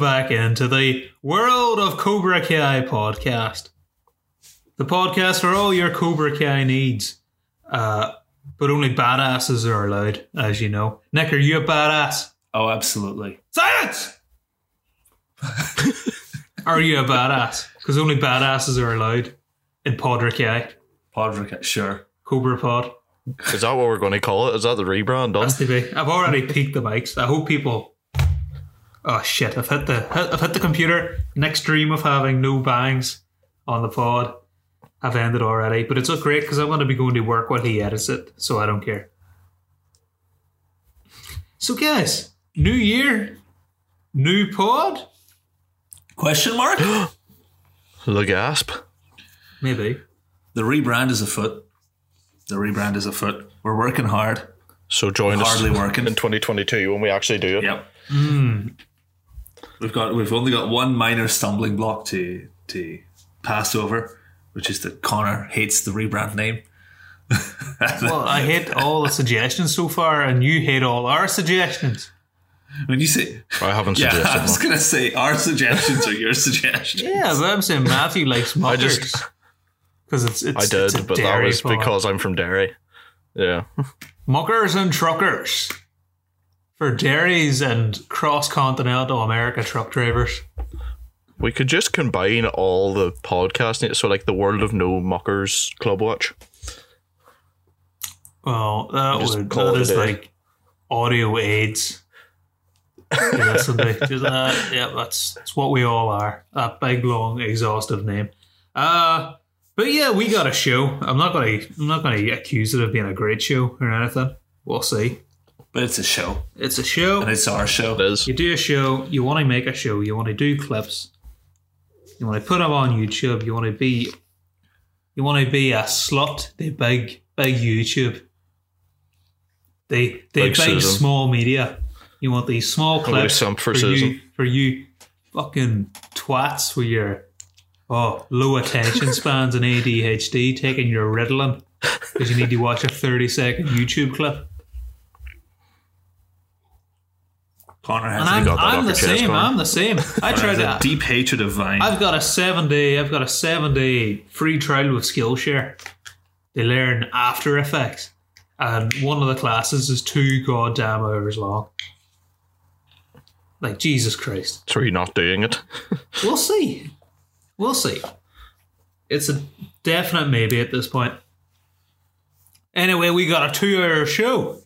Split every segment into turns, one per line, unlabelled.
back into the World of Cobra Kai podcast. The podcast for all your Cobra Kai needs. Uh, but only badasses are allowed, as you know. Nick, are you a badass?
Oh, absolutely.
Silence! are you a badass? Because only badasses are allowed in Podra Kai.
Podrick, sure.
Cobra Pod.
Is that what we're going to call it? Is that the rebrand? Done?
Has to be. I've already peaked the mics. I hope people. Oh shit! I've hit the I've hit the computer. Next dream of having no bangs on the pod. I've ended already, but it's not great because I'm going to be going to work while he edits it, so I don't care. So guys, new year, new pod,
Question mark? the
The gasp.
maybe.
rebrand is afoot. The rebrand is afoot. We're working hard.
So join
Hardly
us
working.
in 2022 when we actually do it.
Yep.
Hmm.
We've got we've only got one minor stumbling block to to pass over, which is that Connor hates the rebrand name.
Well, I hate all the suggestions so far, and you hate all our suggestions.
When you say
I haven't
Yeah,
suggested
I was
one.
gonna say our suggestions are your suggestions.
Yeah, but I'm saying Matthew likes mockers.
just-
because it's, it's
I
it's a
did, but that
dairy
was
pod.
because I'm from Derry. Yeah.
Muckers and truckers for dairies and cross continental America truck drivers.
We could just combine all the podcasts. So, like, the World of No Muckers Club Watch.
Well, that
Just
would
call
that
it
is
a day.
like audio aids. You know, something. Just, uh, yeah, that's that's what we all are. That big long exhaustive name. Uh but yeah, we got a show. I'm not gonna I'm not gonna accuse it of being a great show or anything. We'll see.
But it's a show.
It's a show.
And it's our show.
It is.
You do a show, you want to make a show, you want to do clips, you want to put them on YouTube, you want to be, you want to be a slut, the big, big YouTube, the the big,
Big Susan.
small media. You want these small
gonna do
clips
some for
you
Susan.
for you fucking twats with your oh low attention spans and ADHD taking your Ritalin because you need to watch a thirty second YouTube clip.
Connor has
And I'm,
got that
I'm
off
the
your chest,
same.
Colin.
I'm the same. I
Connor
tried
has
to.
a deep hatred of Vine.
I've got a seven day. I've got a seven day free trial with Skillshare. They learn After Effects, and one of the classes is two goddamn hours long. Like Jesus Christ,
So, you're not doing it.
we'll see. We'll see. It's a definite maybe at this point. Anyway, we got a two-hour show.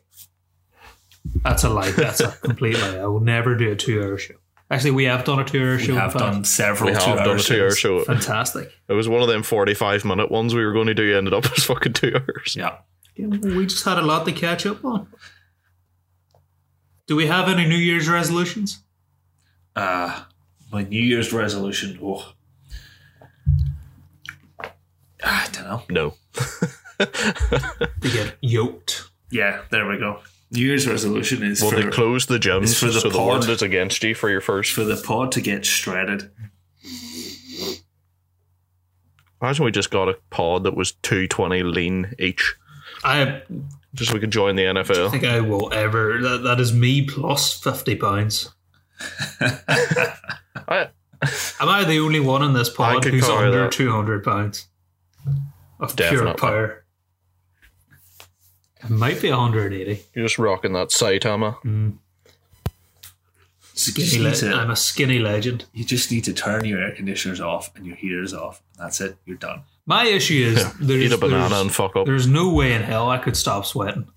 That's a lie. That's a complete lie. I will never do a two-hour show. Actually, we have done a two-hour show.
we
in
have
fact.
done several
We have
two-hour
done a two hour
shows.
show.
Fantastic.
It was one of them 45 minute ones we were going to do, ended up as fucking two hours.
Yeah.
Yeah, well, we just had a lot to catch up on. Do we have any New Year's resolutions?
Uh, my New Year's resolution. Oh. Ah, I don't know.
No.
To get yoked.
Yeah, there we go. New Year's resolution is
Well,
for,
they closed the gyms,
it's for the
so the
pod.
one that's against you for your first.
for the pod to get shredded.
Imagine we just got a pod that was 220 lean each,
I
just so we could join the NFL.
think I will ever. That, that is me plus 50 pounds.
I,
Am I the only one in this pod
could
who's
cover
under
that.
200 pounds of pure
Definitely.
power? It might be 180.
you're just rocking that Saitama.
You
Skinny
just, need
le-
to,
I'm a skinny legend.
you just need to turn your air conditioners off and your heaters off. That's it. You're done.
My issue is there's,
Eat a banana
there's-
and fuck up.
There's no way in hell I could stop sweating.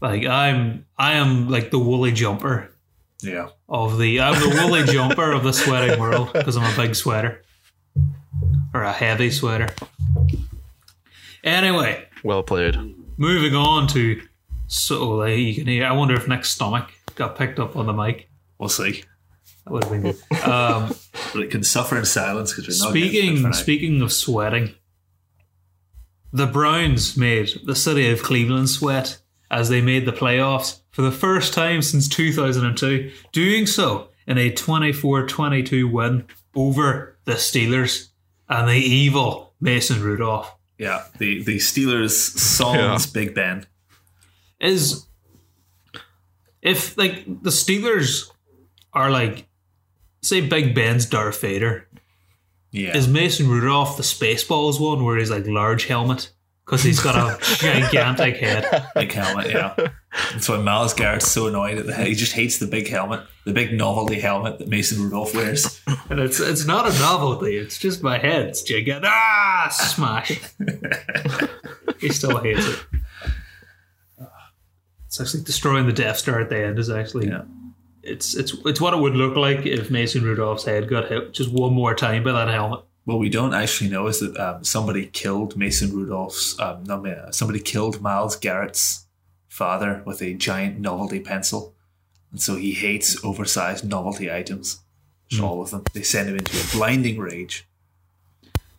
Like I'm, I am like the woolly jumper
Yeah.
of the. I'm the woolly jumper of the sweating world because I'm a big sweater or a heavy sweater. Anyway,
Well played.
moving on to so like you can hear. I wonder if Nick's stomach got picked up on the mic.
We'll see.
That would have been good. Um,
But it can suffer in silence because we're not getting it for
speaking
now.
speaking of sweating, the Browns made the city of Cleveland sweat as they made the playoffs for the first time since 2002, doing so in a 24-22 win over the Steelers and the evil Mason Rudolph.
Yeah. The the Steelers sans Big Ben.
Is if like the Steelers are like say Big Ben's Darth Vader.
Yeah.
Is Mason Rudolph the Spaceballs one where he's like large helmet because he's got a gigantic head?
big helmet, yeah. That's why Malice Garrett's so annoyed at the he just hates the big helmet, the big novelty helmet that Mason Rudolph wears.
And it's it's not a novelty. It's just my head. It's gigantic. Ah, smash. he still hates it. It's actually destroying the Death Star at the end is actually.
Yeah.
It's it's it's what it would look like if Mason Rudolph's head got hit just one more time by that helmet.
What we don't actually know is that um, somebody killed Mason Rudolph's, um, not Ma- somebody killed Miles Garrett's father with a giant novelty pencil. And so he hates oversized novelty items. Just All of them. They send him into a blinding rage.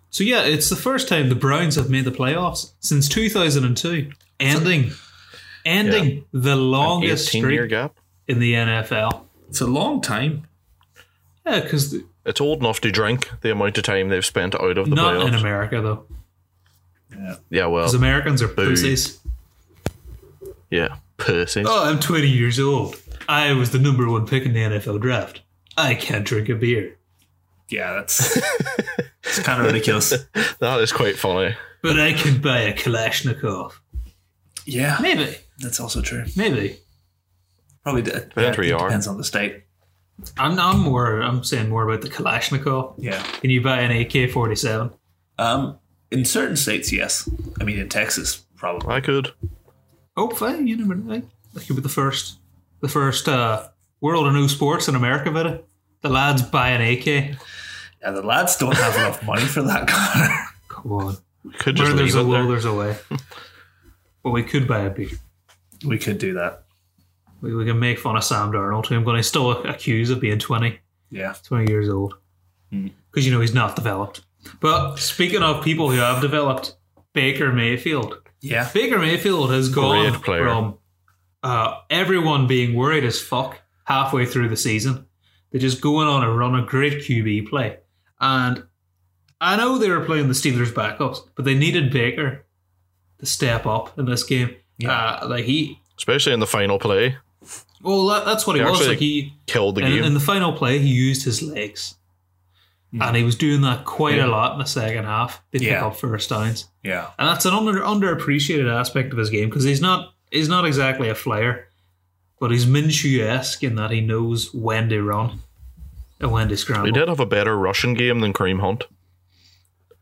So yeah, it's the first time the Browns have made the playoffs since 2002, ending ending the longest
18 year
streak
gap.
in the NFL.
It's a long time.
Yeah, because
It's old enough to drink the amount of time they've spent out of the
not in
playoffs. Oh.
America though,
Yeah.
yeah, well,
because Americans are pussies.
yeah, pussies.
Oh, I'm 20 years old. I was the number one pick in the NFL draft. I can't drink a beer,
Yeah, that's it's kind of ridiculous.
That is quite funny.
but I can buy a Kalashnikov.
Yeah,
Maybe,
that's also true.
maybe.
Probably d- yeah,
Depends where you
it
are.
depends on the state.
I'm, I'm more. I'm saying more about the Kalashnikov.
Yeah.
Can you buy an AK-47?
Um, in certain states, yes. I mean, in Texas, probably.
I could.
Hopefully, Oh, you never know. That could be the first, the first uh, world of new sports in America. Better the lads buy an AK.
Yeah, the lads don't have enough money for that car.
Come on,
Could
where
just
there's
leave
a
it
will,
there.
there's a way. but we could buy a beer.
we could do that.
We, we can make fun of Sam Darnold, who I'm going to still accuse of being 20,
Yeah.
20 years old,
Hmm.
because you know he's not developed. But speaking of people who have developed, Baker Mayfield.
Yeah.
Baker Mayfield has gone
Great player.
from uh, everyone being worried as fuck halfway through the season. They're just going on a run of great QB play. And I know they were playing the Steelers backups, but they needed Baker to step up in this game.
Yeah.
Uh, like he,
Especially in the final play.
well, that, that's what he
They
was.
actually
Like he,
Killed the
in,
game.
in the final play, he used his legs. And he was doing that quite a lot in the second half. They pick
Yeah.
up first downs.
Yeah.
and that's an under underappreciated aspect of his game because he's not he's not exactly a flyer, but he's Minshew esque in that he knows when to run and when to scramble.
They did have a better Russian game than Kareem Hunt.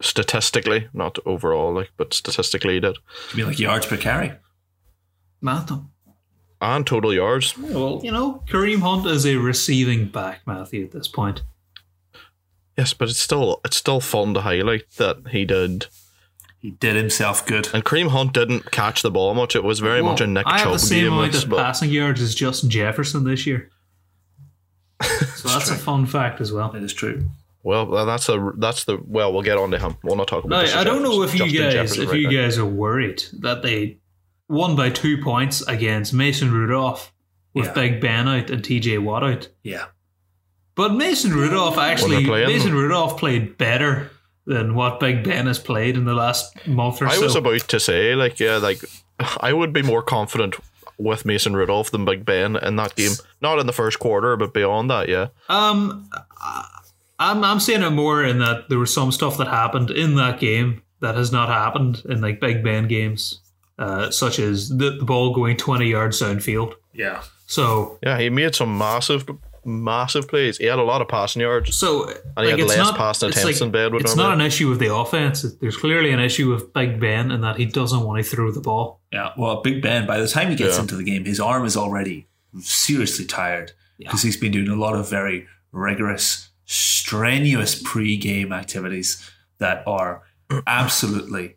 Statistically, not overall, like, but statistically he did.
You mean like yards per carry?
Matthew.
And total yards.
Well, you know, Kareem Hunt is a receiving back, Matthew. At this point,
Yes, but it's still it's still fun to highlight that he did.
He did himself good.
And Kareem Hunt didn't catch the ball much. It was very much a
Well,
Nick
I have
Chubb
the same
game.
amount
it's-
of
but-
passing yards as Justin Jefferson this year. So that's a fun fact as well.
It is true.
Well, well, that's a that's the well. We'll get on to him. We'll not talk about.
No,
Justin
I don't know if you
Jefferson- Justin
guys
Jefferson
if
right
you
now.
guys are worried that they won by two points against Mason Rudolph with
Yeah.
Big Ben out and TJ Watt out.
Yeah.
But Mason Rudolph actually
playing-
Mason Rudolph played better than what Big Ben has played in the last month or
I
so.
was about to say, like, yeah, like I would be more confident with Mason Rudolph than Big Ben in that game. Not in the first quarter, but beyond that, yeah.
um I- I'm I'm saying it more in that there was some stuff that happened in that game that has not happened in like Big Ben games. Uh, such as the, the ball going 20 yards downfield.
Yeah.
So
Yeah, he made some massive, massive plays. He had a lot of passing yards.
So
And he had
it's
less
not,
passing
it's like,
attempts than Ben would
It's not
normally.
an issue with the offense. It- There's clearly an issue with Big Ben in that he doesn't want to throw the ball.
Yeah. Well, Big Ben, by the time he gets
Yeah.
into the game, his arm is already seriously tired because he's been doing a lot of very rigorous, strenuous pre game activities that are absolutely,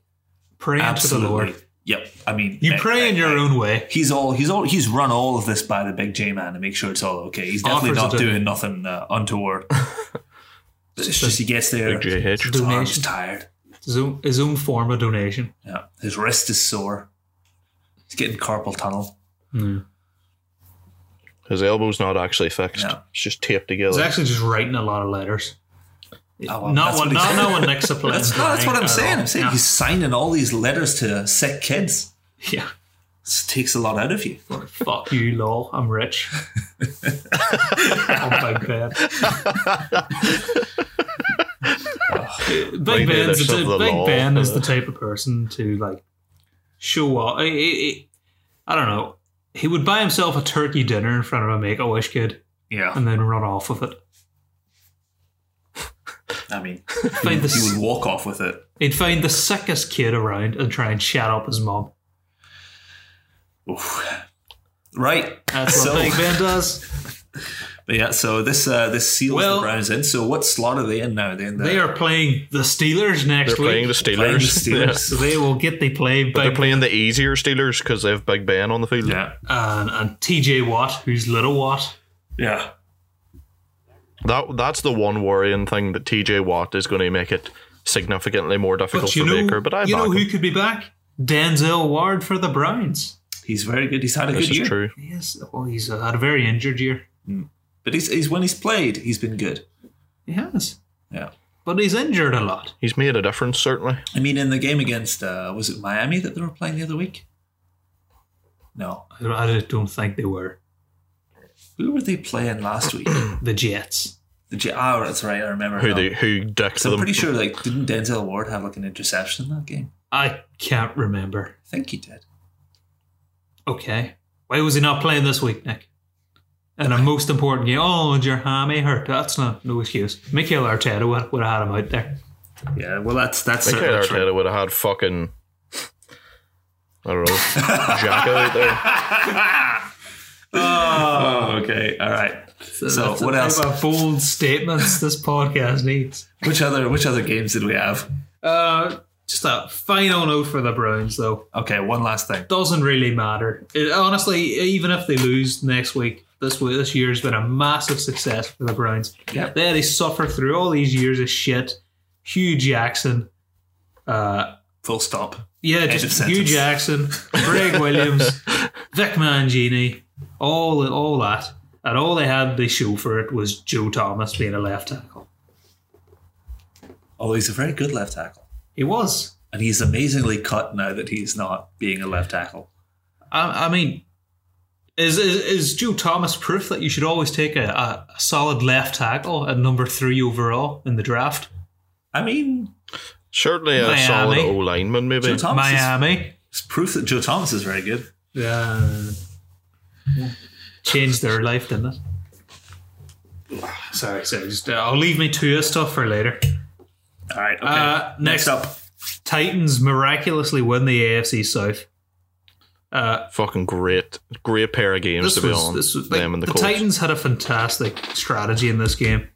Praying to the
absolutely.
Lord.
Yep. I mean,
You
I-
pray in
I-
your own way.
he's all he's all he's run all of this by the big J man to make sure it's all okay. He's definitely
Offers
not
it to-
doing nothing uh, untoward. it's just he gets there.
Big JH.
His arm's
donation.
tired.
It's His own, his own form of donation.
Yeah, his wrist is sore. He's getting carpal tunnel.
His elbow's not actually fixed.
Yeah.
It's just taped
He's
together.
actually just writing a lot of letters.
Oh, well,
not
that's
one,
what he's-
not no one Nick's a
That's, no, that's what I'm saying. I'm saying
yeah.
he's signing all these letters to sick kids.
yeah.
It takes a lot out of you.
Fuck you, lol. I'm rich. I'm Big Ben.
Like,
Big Ben's
there's
the,
some of the
type- Big
lol.
Ben is the type of person to like show off. I, I, I don't know. He would buy himself a turkey dinner in front of a make a wish kid
Yeah.
and then run off with it.
I mean,
Find
he
the,
would walk off with it.
he'd find the sickest kid around and try and shut up his mom.
Oof. Right.
That's what
So-
Big Ben does.
But yeah, so this uh, this seals
Well-
the Browns in. So what slot are they in now? They're in the,
They are playing the Steelers
They're
next
playing
week.
the
playing the
Steelers. Yeah.
Steelers.
so they will get the play
But they're
Big
playing the easier Steelers because they have Big Ben on the field.
yeah.
and, and TJ Watt, who's little Watt.
Yeah.
That that's the one worrying thing that TJ Watt is going to make it significantly more difficult
But you
for
know,
Baker. But I
you
back
know
him.
who could be back? Denzel Ward for the Browns.
He's very good. He's had a
This
good
is
year.
true.
Yes, well, he's uh, had a very injured year.
But he's, he's when he's played, he's been good.
He has,
Yeah.
but he's injured a lot.
He's made a difference certainly.
I mean, in the game against uh, was it Miami that they were playing the other week? No,
I don't- I don't think they were
who were they playing last week?
the Jets.
the J- oh, that's right. I remember.
Who
now.
they who dicks
So I'm
them?
pretty sure, like, didn't Denzel Ward have like an interception that game?
I can't remember.
I think he did.
Okay, why was he not playing this week, Nick? And a most important game. Oh, and your hammy hurt. That's not no excuse. Mikel Arteta would, would have had him out there.
Yeah, well, that's that's
Mikel
certainly true.
Arteta would have had fucking I don't know Jacko out there.
oh, okay, all right.
So,
So,
that's the
what
type
else?
of bold statements this podcast needs.
Which other which other games did we have?
Uh, just a final note for the Browns, though.
Okay, one last thing.
Doesn't really matter. It, honestly, even if they lose next week, this week, this year's been a massive success for the Browns.
Yep.
They had to suffer through all these years of shit. Hugh Jackson, uh,
Full stop.
yeah,
of
just
sentence.
Hugh Jackson, Greg Williams, Vic Mangini, all all that, and all they had to show for it was Joe Thomas being a left tackle.
Although Oh, he's a very good left tackle,
He was.
and he's amazingly cut now that he's not being a left tackle.
I, I mean, is, is is Joe Thomas proof that you should always take a, a, a solid left tackle at number three overall in the draft?
I mean,
Certainly a solid
Miami.
O lineman, maybe.
Joe Thomas is-
Miami,
It's proof that Joe Thomas is very good.
uh, changed their life, didn't it? Sorry, sorry. Just, uh, I'll leave me to your stuff for later.
All right. Okay.
Uh, next,
next up,
Titans miraculously win the AFC South. Uh,
Fucking great, great pair of games to be on.
like,
them and the,
the
Colts.
Titans had a fantastic strategy in this game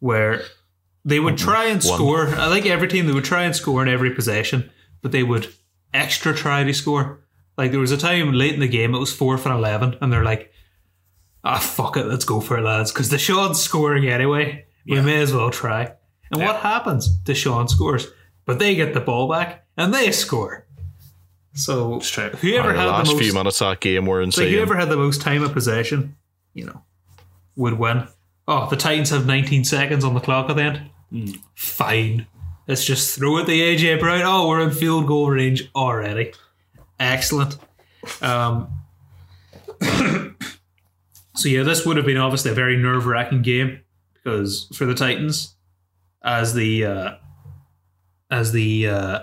where they would try and
One.
score. I think every team they would try and score in every possession, but they would extra try to score. Like there was a time late in the game, it was fourth and eleven, and they're like, "Ah, fuck it, let's go for it, lads," because Deshaun's scoring anyway. We may as well try. And what happens? Deshaun scores, but they get the ball back and they score. So
It's true.
whoever
the
had
last
the most
few minutes of that game were
so
insane.
whoever had the most time of possession, you know, would win. Oh, the Titans have 19 seconds on the clock at the end.
Hmm.
Fine. Let's just throw at the AJ Brown. Oh, we're in field goal range already. Excellent. Um, so yeah, this would have been obviously a very nerve-wracking game because for the Titans, as the uh, as the uh,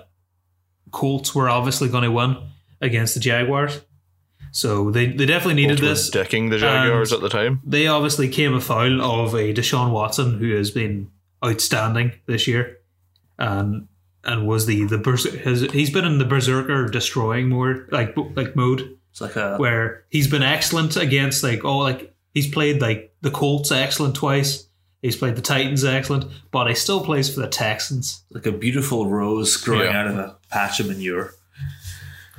Colts were obviously going to win against the Jaguars, so they they definitely needed
Colts were
this
dicking the Jaguars at the time.
they obviously came afoul of a Deshaun Watson who has been outstanding this year, and and was the the berser- has, he's been in the berserker destroying more like like mode
it's like a
where he's been excellent against like oh like he's played like the Colts excellent twice, he's played the Titans excellent, but he still plays for the Texans.
like a beautiful rose growing
Yeah.
out of a patch of manure.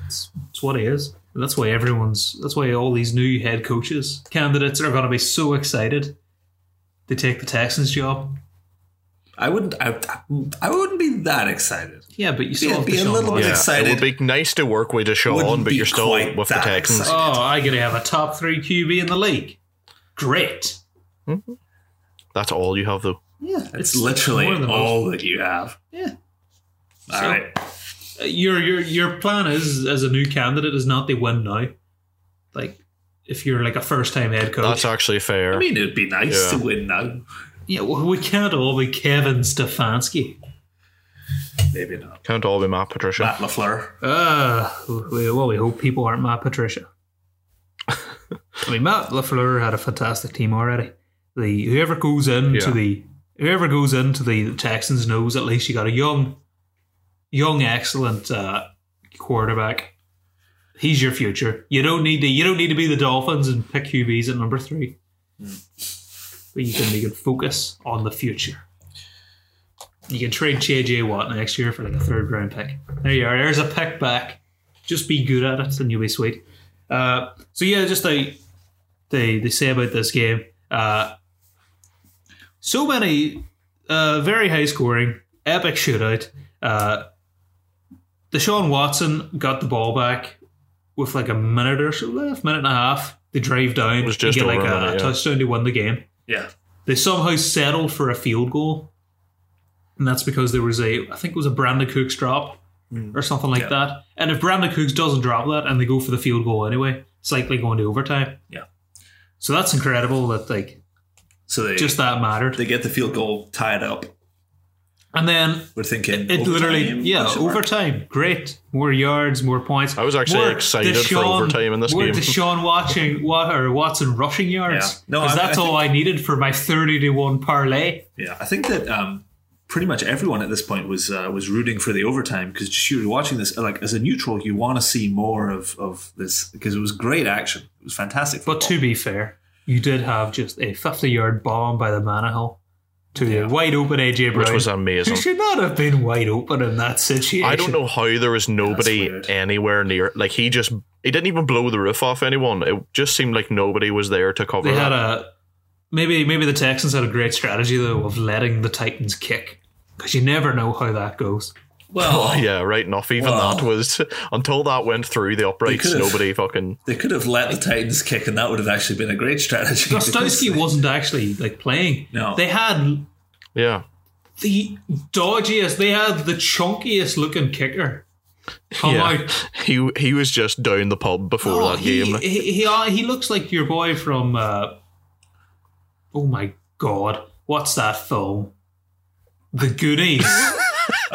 It's what he is. And that's why everyone's that's why all these new head coaches candidates are going to be so excited to take the Texans job.
I wouldn't. I, I wouldn't be that excited.
Yeah, but you still
Yeah,
have
be a
Deshaun
little
Watson.
bit-
Yeah,
excited.
it would be nice to work with Deshaun,
Wouldn't
but
be
you're still
quite
with the
that
Texans.
excited.
Oh, I gotta have a top three QB in the league. Great.
That's all you have, though.
Yeah,
It's, literally
more than most.
all that you have.
Yeah.
All
So-
right.
your your your plan is as a new candidate is not they win now. Like if you're like a first time head coach,
That's actually fair.
I mean, it'd be nice
Yeah.
to win now.
yeah, well, we can't all be Kevin Stefanski.
Maybe not.
Can't all be Matt Patricia.
Matt Lafleur.
Uh, we, well, we hope people aren't Matt Patricia. I mean, Matt Lafleur had a fantastic team already. The whoever goes into
Yeah.
the whoever goes into the Texans knows at least you got a young, young excellent uh, quarterback. He's your future. You don't need to. You don't need to be the Dolphins and pick QBs at number three. But you can you can focus on the future. You can trade JJ Watt next year for like a third round pick. There you are. There's a pick back. Just be good at it and you'll be sweet. Uh, so yeah, just like they they say about this game, uh, so many uh, very high scoring, epic shootout. Uh, Deshaun Watson got the ball back with like a minute or so left, minute and a half. They drive down,
was
they
just
get
over
like
a minute, yeah.
touchdown to win the game
Yeah.
they somehow settled for a field goal, and that's because there was a I think it was a Brandon Cooks drop or something like
Hmm. Yeah.
that. And if Brandon Cooks doesn't drop that, and they go for the field goal anyway, it's likely going to overtime.
Yeah.
So that's incredible that like
So they
just that mattered.
they get the field goal tied up.
And then
We're thinking
it literally
overtime,
yeah
question mark.
overtime. Great, more yards, more points.
I was actually
More
excited for overtime in this
more
game.
Deshaun watching wa- or Watson rushing yards.
Yeah. No,
because
I- I
that's all I needed for my thirty to one parlay.
Yeah, I think that um, pretty much everyone at this point was uh, was rooting for the overtime because just you were watching this like as a neutral, you want to see more of of this because it was great action. It was fantastic.
But
football.
to be fair, you did have just a 50 yard bomb by the Manahill to
Yeah.
the wide open AJ Brown.
which was
who
amazing.
should not have been wide open in that situation.
I don't know how there was nobody
weird.
anywhere near. Like he just, he didn't even blow the roof off anyone. It just seemed like nobody was there to cover.
They had
that.
a maybe maybe the Texans had a great strategy though of letting the Titans kick because you never know how that goes.
well,
yeah, right enough. Even
Well.
that was until that went through the
They
uprights.
could've-
Nobody fucking.
they could have let the Titans kick, and that would have actually been a great strategy. because
Gostowski
they-
wasn't actually like playing.
No.
They had
Yeah,
the dodgiest. They had the chunkiest looking kicker. Come
yeah.
out
He he was just down the pub before
Oh,
that
he,
game.
He, he, uh, he looks like your boy from. Uh, oh my god, what's that film? The Goonies.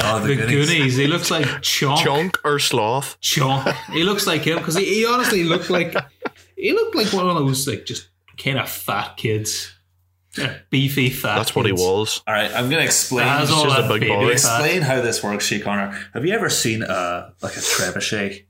Oh,
the
the
Goonies.
Goonies.
He looks like Chonk. Chonk.
Chunk or sloth?
He looks like him because he, he honestly looked like he looked like one of those like just kind of fat kids, Yeah, beefy fat.
That's what he
kids.
was.
All right, I'm going to explain.
That's all
just a
that
big
baby
boy.
fat.
Explain how this works, Sheik Honor. Have you ever seen a like a trebuchet?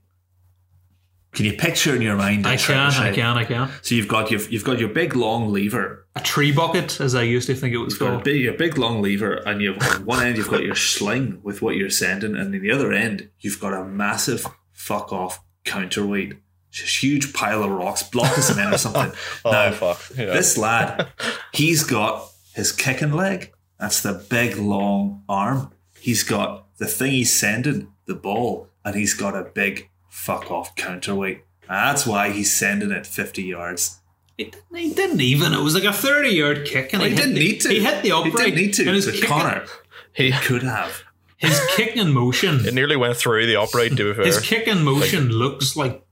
Can you picture in your mind? a
I can, I
trebuchet?
can, I can.
So you've got your you've got your big long lever.
A tree bucket, as I used to think it was
You've got a
called.
big, your big long lever, and you've on one end you've got your sling with what you're sending, and in the other end you've got a massive fuck off counterweight, just huge pile of rocks, block of cement or something. now
Oh, fuck!
Um, this lad, he's got his kicking leg. That's the big long arm. He's got the thing he's sending, the ball, and he's got a big fuck off counterweight. That's why he's sending it 50 yards.
He didn't, he didn't even. It was like a thirty-yard kick, and
Well,
he, hit the- He hit the upright.
He didn't need to.
And his
but
kicking-
Connor
He
could have.
His kick in motion.
it nearly went through the upright. To be
His
fair,
kick in motion looks like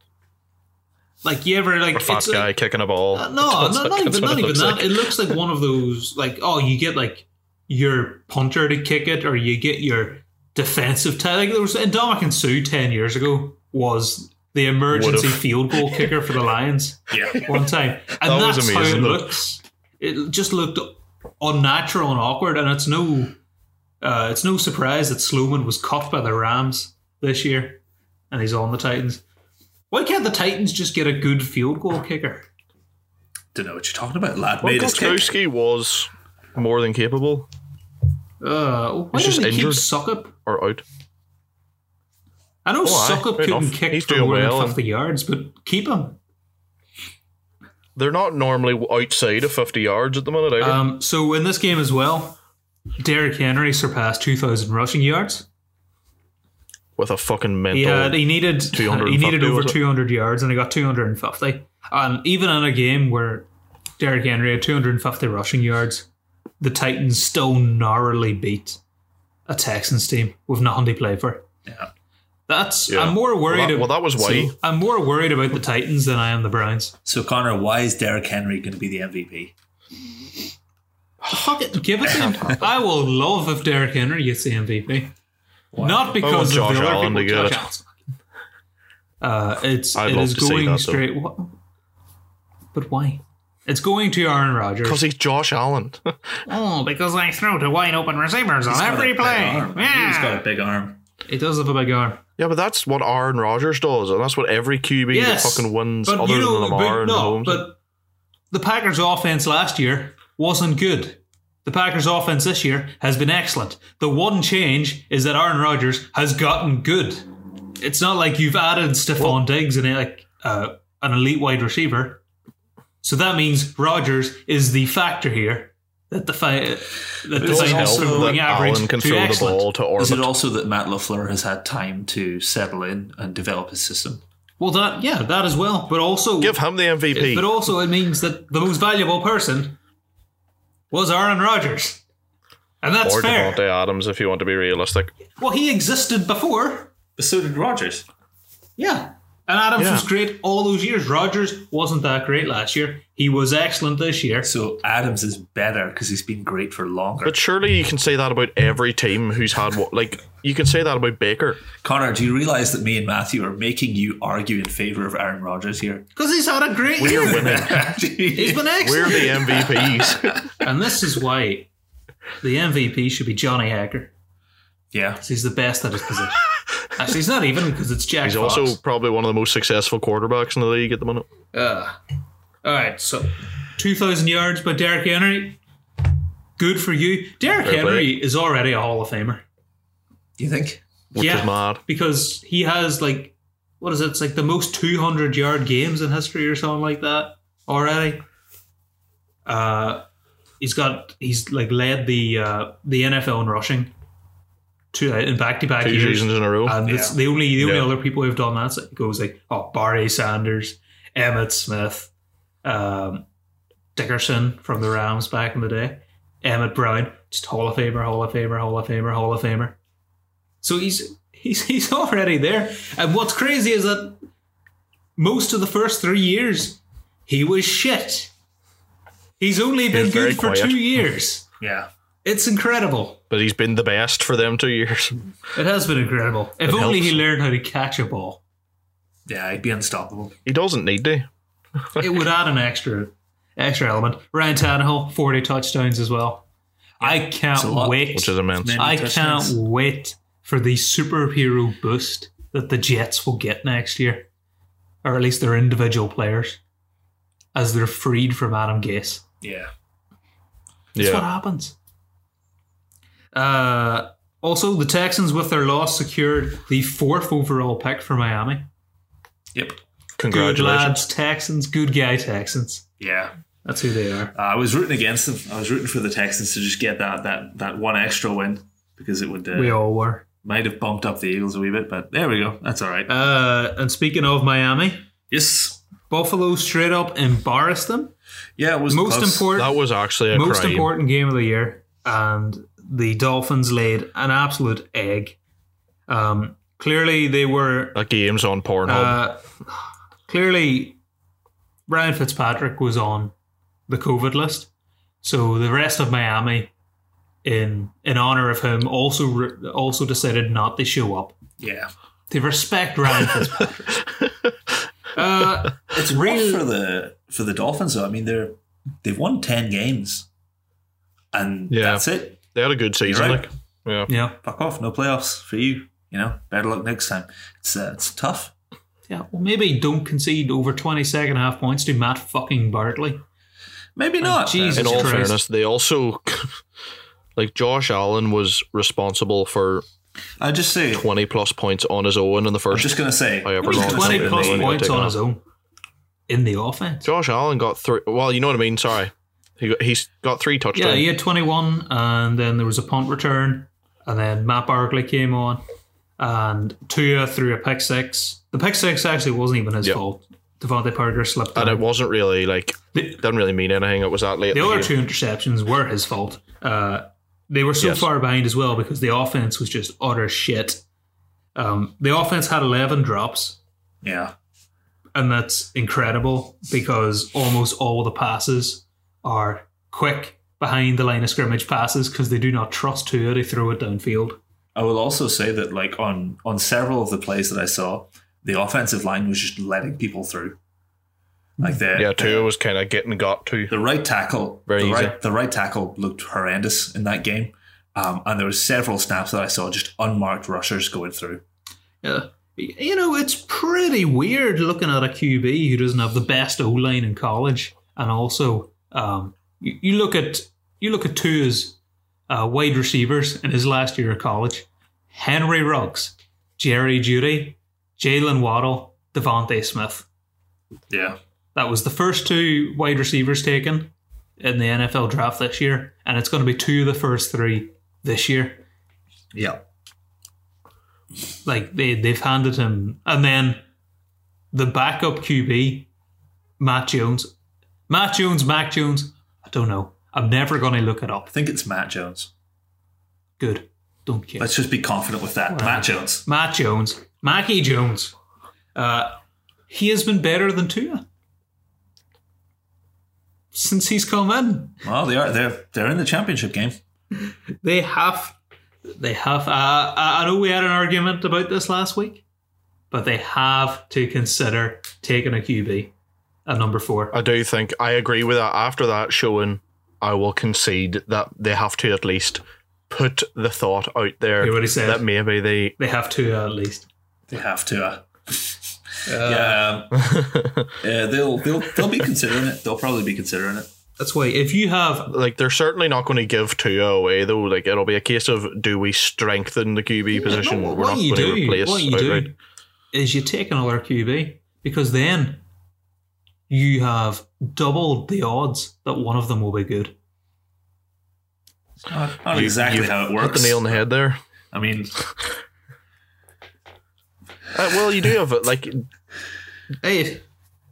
like you ever like
a fat
it's
guy
Like,
kicking a ball.
uh, no,
That's
no,
what-
not
that's
even,
what
not
it
even
looks
that.
like.
It looks like one of those like oh you get like your punter to kick it or you get your defensive tag. Like there was Indomitian Sue ten years ago was the emergency
Would've.
field goal kicker for the Lions
Yeah.
one time, and
That was
that's how it
amazing, though.
looks. It just looked unnatural and awkward, and it's no, uh, it's no surprise that Sloman was caught by the Rams this year, and he's on the Titans. Why can't the Titans just get a good field goal kicker?
Don't know what you're talking about. Lad
Well,
made his kick.
Gostkowski was more than capable
Uh, why
He's
do
just
they keep
injured.
Suckup?
or out.
I know
Oh, aye,
Suckup
fair
couldn't
enough.
kick
He's
from
doing
more
well,
than
and-
fifty yards, but keep him.
They're not normally outside of 50 yards at the minute, either.
Um, so in this game as well, Derrick Henry surpassed two thousand rushing yards.
with a fucking mental.
He had he needed he
250,
needed over
was it?
200 yards and he got 250. And even in a game where Derrick Henry had 250 rushing yards, the Titans still narrowly beat a Texans team with nothing to play for.
Yeah.
That's
Yeah.
I'm more worried.
Well, that,
ab-
well, that was why.
so I'm more worried about the Titans than I am the Browns.
So Connor, why is Derrick Henry going to be the MVP?
Fuck it, give it to him. I will love if Derrick Henry gets the MVP. Not
I want
because of
Oh, Josh
the other
Allen to
people. Josh
get it.
Allen's fucking- Uh, it's
I'd
it
love
is
to see
going
that, though.
straight. What? But why? It's going to Aaron
Because
Rodgers.
he's Josh Allen.
Oh, because I throw to wide open receivers on
He's got
every
a big
play.
arm. He's got
Yeah,
a big arm.
it does have a big arm.
yeah, but that's what Aaron Rodgers does, and that's what every QB
Yes,
that fucking wins
But
other
you know,
than
but
Lamar and
no,
Mahomes.
but the Packers' offense last year wasn't good. The Packers' offense this year has been excellent. The one change is that Aaron Rodgers has gotten good. It's not like you've added Stephon Diggs and like uh, an elite wide receiver. So that means Rodgers is the factor here. That the fi- that the
It's
Doesn't
Titans
help
also
are going
that
average
Allen can
to
throw the
excellent.
ball to
Is
orbit.
it also that Matt Lafleur has had time to settle in and develop his system?
Well, that yeah, that as well. But also
Give him the MVP.
But also, it means that the most valuable person was Aaron Rodgers. And that's
or
fair.
Devontae Adams, if you want to be realistic.
Well, he existed before.
So did Rogers.
Yeah. And Adams
Yeah.
was great all those years. Rodgers wasn't that great last year. He was excellent this year.
So Adams is better because he's been great for longer.
But surely you can say that about every team who's had what. Like, you can say that about Baker.
Connor, do you realize that me and Matthew are making you argue in favor of Aaron Rodgers here?
Because he's had a great
We are
year.
winning.
He's been
We're
excellent.
the MVPs.
and this is why the MVP should be Johnny Hacker.
yeah.
'cause He's the best at his position. Actually, he's not even because it's Jack
He's
Fox.
also probably one of the most successful quarterbacks in the league at the moment.
Uh, all right, so 2,000 yards by Derrick Henry. Good for you. Derrick
Fair play.
Henry is already a Hall of Famer.
Do you think?
Which is mad.
Because he has, like, what is it? It's like the most 200 yard games in history or something like that already. Uh, he's got, he's like led the uh, the NFL in rushing to, in back to back
Two
years.
seasons in a row.
And it's the only the only
Yeah.
other people who've done that so it goes like oh Barry Sanders, Emmett Smith, um, Dickerson from the Rams back in the day, Emmett Brown, just Hall of Famer, Hall of Famer, Hall of Famer, Hall of Famer. So he's he's he's already there. And what's crazy is that most of the first three years he was shit. He's only been
was very
good for
quiet.
two years.
Yeah.
It's incredible.
but he's been the best for them two years.
It has been incredible. If
It
only
helps.
he learned how to catch a ball.
Yeah, he'd be unstoppable.
He doesn't need to.
it would add an extra extra element. Ryan Tannehill, forty touchdowns as well. I
It's a
can't
lot,
wait.
Which is immense.
Man.
I
Touchdowns.
can't wait for the superhero boost that the Jets will get next year, or at least their individual players, as they're freed from Adam Gase.
Yeah.
That's what
Yeah.
happens. Uh, also, the Texans with their loss secured the fourth overall pick for Miami.
Yep.
Good
Congratulations.
lads, Texans. Good guy, Texans.
Yeah.
That's who they are.
Uh, I was rooting against them. I was rooting for the Texans to just get that that, that one extra win because it would uh,
We all were.
might have bumped up the Eagles a wee bit, but there we go. That's all right.
Uh, and speaking of Miami,
yes.
Buffalo straight up embarrassed them.
Yeah, it was
Most
close.
important,
That was actually a
most
crime.
important game of the year, and the Dolphins laid an absolute egg. Um, clearly, they were.
That game's on Pornhub.
Uh, clearly, Ryan Fitzpatrick was on the COVID list, so the rest of Miami, in in honor of him, also re- also decided not to show up.
Yeah.
They respect Ryan Fitzpatrick. uh,
It's real for the for the Dolphins though. I mean they're they've won ten games. And
Yeah.
that's it.
they had a good season.
right.
Like, yeah.
yeah,
Fuck off, no playoffs for you. You know, better luck next time. It's uh, it's tough.
Yeah, well, maybe don't concede over 20 second half points to Matt fucking Bartley.
Maybe not.
Oh, Jesus.
In all
Christ.
fairness, they also like Josh Allen was responsible for
I just say
twenty plus points on his own in the
I'm
first.
just gonna say
By
I'm
upper
just
long
gonna
20
say that
Well,
plus
no,
they-
no,
points
take
on
that.
his own in the offense.
Josh Allen got three. Well, you know what I mean. Sorry, he got, he's got three
Yeah,
touchdowns.
he had 21, and then there was a punt return, and then Matt Barkley came on, and Tua threw a pick six. The pick six actually wasn't even his
Yeah.
fault. Devontae Parker slipped
and it
down.
wasn't really like
The-
didn't really mean anything. It was that late.
The
in the
other two
game.
interceptions were his fault. Uh, they were so
Yes.
far behind as well because the offense was just utter shit. Um, the offense had 11 drops,
Yeah.
and that's incredible because almost all the passes are quick behind the line of scrimmage passes because they do not trust Tua to throw it downfield.
I will also say that like on on several of the plays that I saw, the offensive line was just letting people through. Like the
Yeah, Tua was kind of getting got to.
the right tackle
Very
the
easy.
right the right tackle looked horrendous in that game. Um, and there were several snaps that I saw just unmarked rushers going through.
Yeah. You know, it's pretty weird looking at a QB who doesn't have the best O line in college, and also um, you, you look at you look at Tua's uh, wide receivers in his last year of college: Henry Ruggs, Jerry Judy, Jalen Waddle, Devontae Smith.
Yeah.
That was the first two wide receivers taken in the NFL draft this year, and it's going to be two of the first three this year
Yeah.
like they they've handed him and then the backup QB Matt Jones Matt Jones Mac Jones I don't know I'm never going to look it up
I think it's Matt Jones.
good don't care
Let's just be confident with that. Matt Jones.
Matt Jones Mackie Jones uh, he has been better than Tua since he's come in
Well, they are they're they're in the championship game.
they have they have uh, I I know we had an argument about this last week but they have to consider taking a QB at number four
I do think I agree with that. After that showing, I will concede that they have to at least put the thought out there
You already said.
that maybe they
They have to uh, at least.
They have to. Uh,
Uh.
yeah, um, yeah, they'll they'll they'll be considering it. They'll probably be considering it.
That's why if you have
like they're certainly not going to give Tua away though. Like it'll be a case of do we strengthen the QB position?
what,
We're
what
not
you
going to
do,
replace
what you
outright.
do is you take another QB because then you have doubled the odds that one of them will be good.
Not, not
You-
exactly
you've
how it
Hit
works.
the nail on the head there.
I mean,
Uh, well, you do have it. Like
Hey,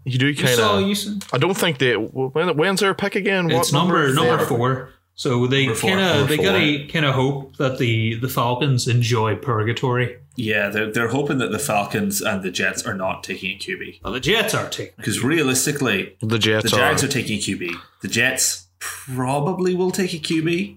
you do
you
kind
saw
of.
you. Saw,
I don't think they. When, when's their pick again?
it's number number four. So they
Number four,
kind of
number
they
four.
gotta kind of hope that the the Falcons enjoy purgatory.
yeah, they're they're hoping that the Falcons and the Jets are not taking a QB
Well, the Jets are too.
because realistically,
The Jets
the
are.
Jags are taking a QB. The Jets probably will take a QB.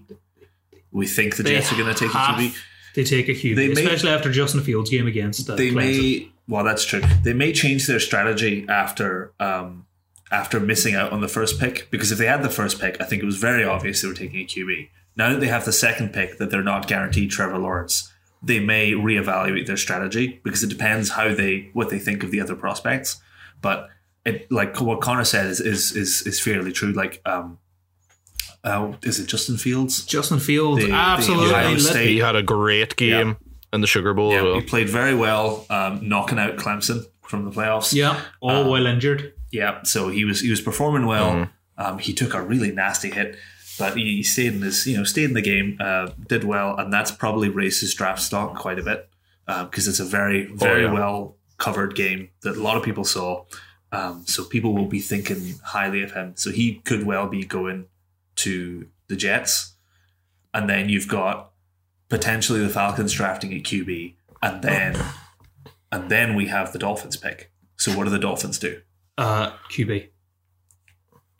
We think the
They
Jets are going to take a
have
QB.
They take a QB,
They may-
especially after Justin Fields' game against. Uh,
they
Clemson.
may well that's true they may change their strategy after um after missing out on the first pick because if they had the first pick i think it was very obvious they were taking a qb now that they have the second pick that they're not guaranteed trevor lawrence they may reevaluate their strategy because it depends how they what they think of the other prospects but it like what connor said is is is, is fairly true like um uh, is it justin fields
Justin Fields
The- the Ohio
absolutely lit
State
he had a great game in the Sugar Bowl. as
yeah,
well.
he played very well um, knocking out clemson from the playoffs
Yeah,
Uh,
all well injured.
Yeah, so he was he was performing well. Um, he took a really nasty hit, but he, he stayed in this you know stayed in the game, uh, did well, and that's probably raised his draft stock quite a bit because it's a very very
yeah.
well covered game that a lot of people saw. Um, so people will be thinking highly of him. So he could well be going to the Jets, and then you've got potentially the Falcons drafting at QB, and then and then we have the Dolphins pick. So what do the Dolphins do?
Uh, QB. Take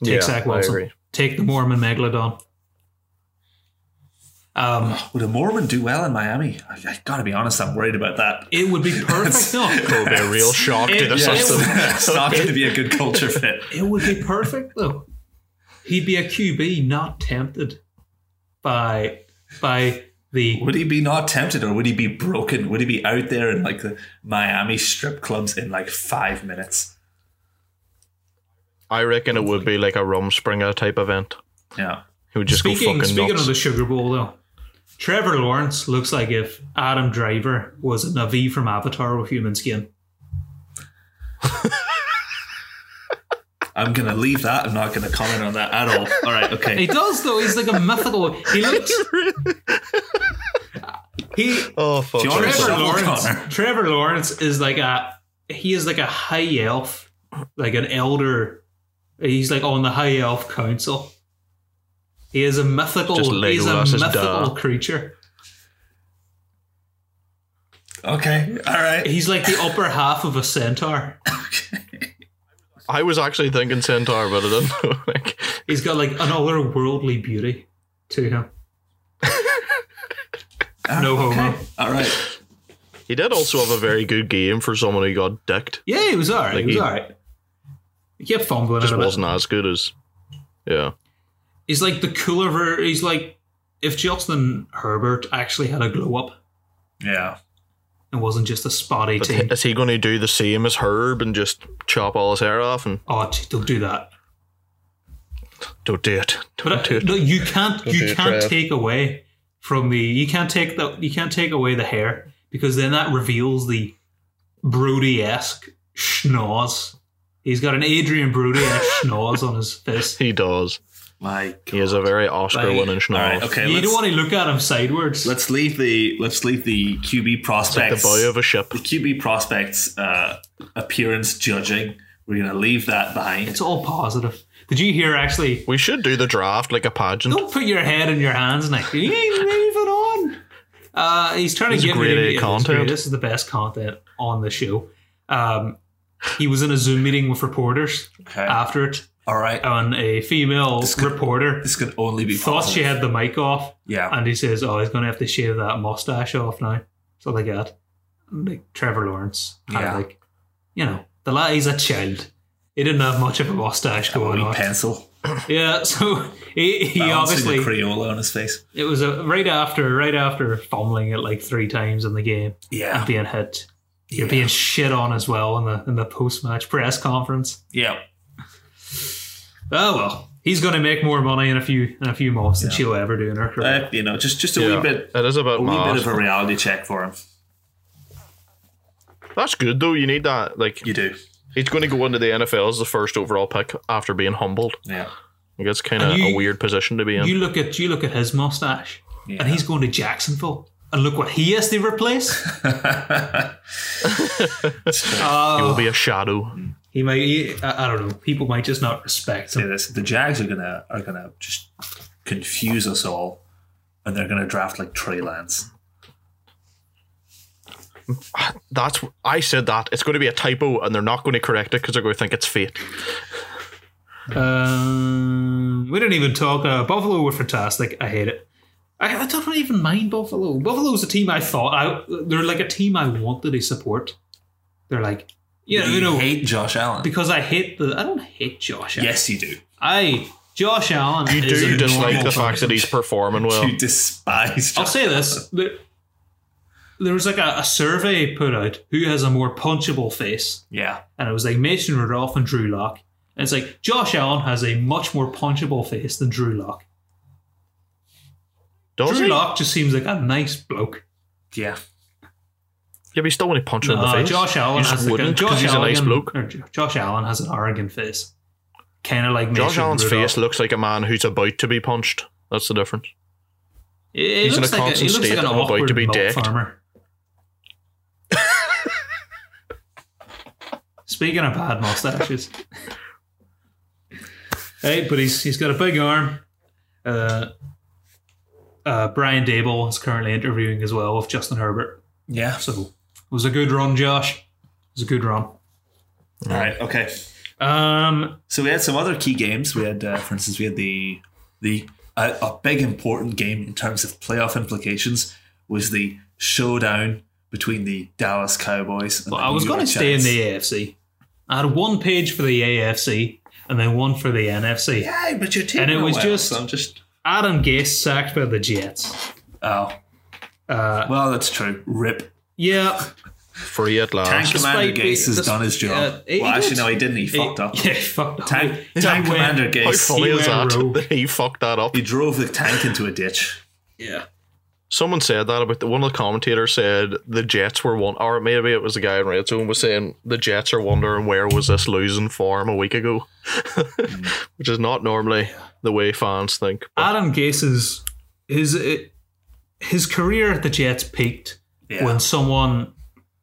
Yeah,
Zach
I
Wilson.
agree.
Take the Mormon Megalodon. Um,
Would a Mormon do well in Miami? I, I gotta be honest, I'm worried about that.
it would be perfect.
It
though.
would be a real shock to
It-
the
yeah, it
system.
it's not going to be a good culture fit.
It would be perfect though. He'd be a QB not tempted by by the
Would he be not tempted, or would he be broken? Would he be out there in like the Miami strip clubs in like five minutes?
I reckon it would be like a rum springer type event.
Yeah,
He would just
speaking
go fucking
speaking
nuts.
of the Sugar Bowl though. Trevor Lawrence looks like if Adam Driver was a Navi from Avatar with human skin.
I'm gonna leave that. I'm not gonna comment on that at all. All right,
He
okay.
does though. He's like a mythical. He looks. he
oh fuck!
Do you want
I'm
Trevor
to
sorry.
Double
Lawrence.
Connor.
Trevor Lawrence is like a he is like a high elf, like an elder. He's like on the high elf council. He is a mythical.
Just
He's a
Legolas is
mythical
duh.
creature.
Okay. All right.
He's like the upper half of a centaur.
I was actually thinking centaur, but I didn't know. like,
He's got like an otherworldly beauty to him. No
okay.
homo.
All right.
he did also have a very good game for someone who got dicked.
Yeah, he was alright.
Like
he was
he-
alright. He kept fumbling it
Just
a bit.
wasn't as good as. Yeah.
He's like the cooler ver- he's like if Justin Herbert actually had a glow up
Yeah.
and wasn't just a spotty
But
team.
is he going to do the same as Herb and just chop all his hair off and
Oh, gee, don't do that.
don't do it? Don't
But
do
uh,
it.
no, you can't.
Don't do
You
it,
can't
Trev.
take away from the. You can't take the. You can't take away the hair because then that reveals the Brody esque schnoz. He's got an Adrian Brody esque schnoz on his fist.
He does.
My
He is a very Oscar winning schnoz.
All right. Okay.
you
let's,
don't want to look at him sideways.
let's leave the let's leave the QB
Like the
prospects
bow of a ship.
the QB prospects uh, appearance judging. We're gonna leave that behind.
It's all positive. Did you hear? Actually,
We should do the draft like a pageant.
don't put your head in your hands, Nick. You ain't moving on. Uh, he's trying
This
to
is
get
grade
eh,
me
A
to get
content.
This, this is the best content on the show. Um, he was in a Zoom meeting with reporters
Okay.
after it.
All right.
on a female
This could-
reporter
This can only be
thought
positive.
she had the mic off,
Yeah.
and he says, "Oh, he's going to have to shave that mustache off now." Something like that. Like Trevor Lawrence, kind
Yeah.
of like you know, the lad, he's a child. He didn't have much of a mustache
A
going
wee
on.
pencil.
Yeah, so he, he
Balancing the
obviously
Crayola on his face.
it was a, right after right after fumbling it like three times in the game
Yeah.
and being hit. You're
Yeah.
being shit on as well in the in the post match press conference.
Yeah.
Oh well, he's going to make more money in a few in a few months than
Yeah.
she'll ever do in her career.
Uh, you know, just just a
Yeah,
wee bit,
it is a bit
a wee
mad.
bit of a reality check for him.
That's good though. You need that. Like
You do.
he's going to go into the NFL as the first overall pick after being humbled.
Yeah.
Uh,
Like it's kind of
And you-
a weird position to be in.
you look at you look at his mustache,
Yeah.
and he's going to Jacksonville, and look what he has to replace.
he
Oh,
will be a shadow.
he might. He, I, I don't know. People might just not respect
say
him.
this: the Jags are gonna are gonna just confuse us all, and they're gonna draft like Trey Lance.
That's I said that it's going to be a typo, and they're not going to correct it because they're going to think it's fate.
Um, we didn't even talk. Uh, Buffalo were fantastic. I hate it. I, I don't even mind Buffalo. Buffalo's a team I thought I. They're like a team I wanted to support. They're like, yeah, you know,
hate Josh Allen.
because I hate the. I don't hate Josh. Allen.
yes, you do.
I Josh Allen.
You
is
do
a
dislike
normal
the
person.
fact that he's performing well.
you despise. Josh.
I'll say this: there, there was like a, a survey put out who has a more punchable face,
Yeah,
and it was like Mason Rudolph and Drew Lock. And it's like Josh Allen has a much more punchable face than Drew Lock.
Does
Drew
he?
Lock just seems like a nice bloke.
yeah.
Yeah, but you still want to punch him in the
Uh,
face.
Josh Allen
You just
has like a,
wouldn't, 'cause
Josh
he's a
Allen,
nice bloke.
or Jo- Josh Allen has an arrogant face, kind of like Mason
Josh Allen's
Rudolph.
face looks like a man who's about to be punched. That's the difference.
It- it
He's in
looks
a
like
constant
he looks
state
like an
of about
awkward
to be
milk
dicked.
farmer. Speaking of bad mustaches, hey, but he's he's got a big arm. Uh, uh, Brian Dable is currently interviewing as well with Justin Herbert.
Yeah.
So it was a good run, Josh. It was a good run.
All right. Okay.
Um,
So we had some other key games. We had, uh, for instance, we had the the uh, a big important game in terms of playoff implications was the showdown between the Dallas Cowboys. And
but
the
I was
New
going to
York
stay in
Giants.
the AFC. I had one page for the AFC and then one for the NFC.
Yeah, but you're taking
And it
a
was
while,
just-
so I'm just.
Adam Gase sacked by the Jets.
Oh
Uh,
well, that's true. Rip.
yeah,
Free at last.
Tank
despite
Commander
being-
Gase has
this-
done his
yeah,
job.
he- he
well, actually,
did.
no, he didn't. He, fucked up.
yeah, fucked up.
Tank,
He
tank
went-
Commander
How
Gase.
funny
he
is
went rogue.
that? he fucked that up.
He drove the tank into a ditch.
Yeah,
Someone said that about the, one of the commentators said the Jets were one, or maybe it was the guy in red zone was saying the Jets are wondering where was this losing form a week ago, which is not normally the way fans think.
Adam Gase's his it, his career at the Jets peaked
Yeah.
when someone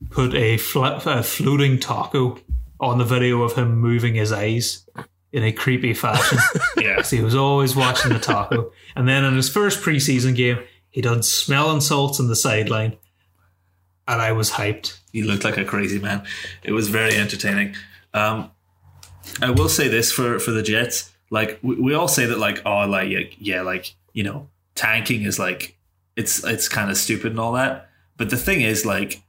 put a, fla- a floating taco on the video of him moving his eyes in a creepy fashion.
yeah.
So he was always watching the taco, and then in his first preseason game, he done smelling salts on the sideline. and I was hyped.
He looked like a crazy man. It was very entertaining. Um, I will say this for for the Jets, like we, we all say that like oh like yeah, yeah like you know tanking is like it's it's kind of stupid and all that. But the thing is like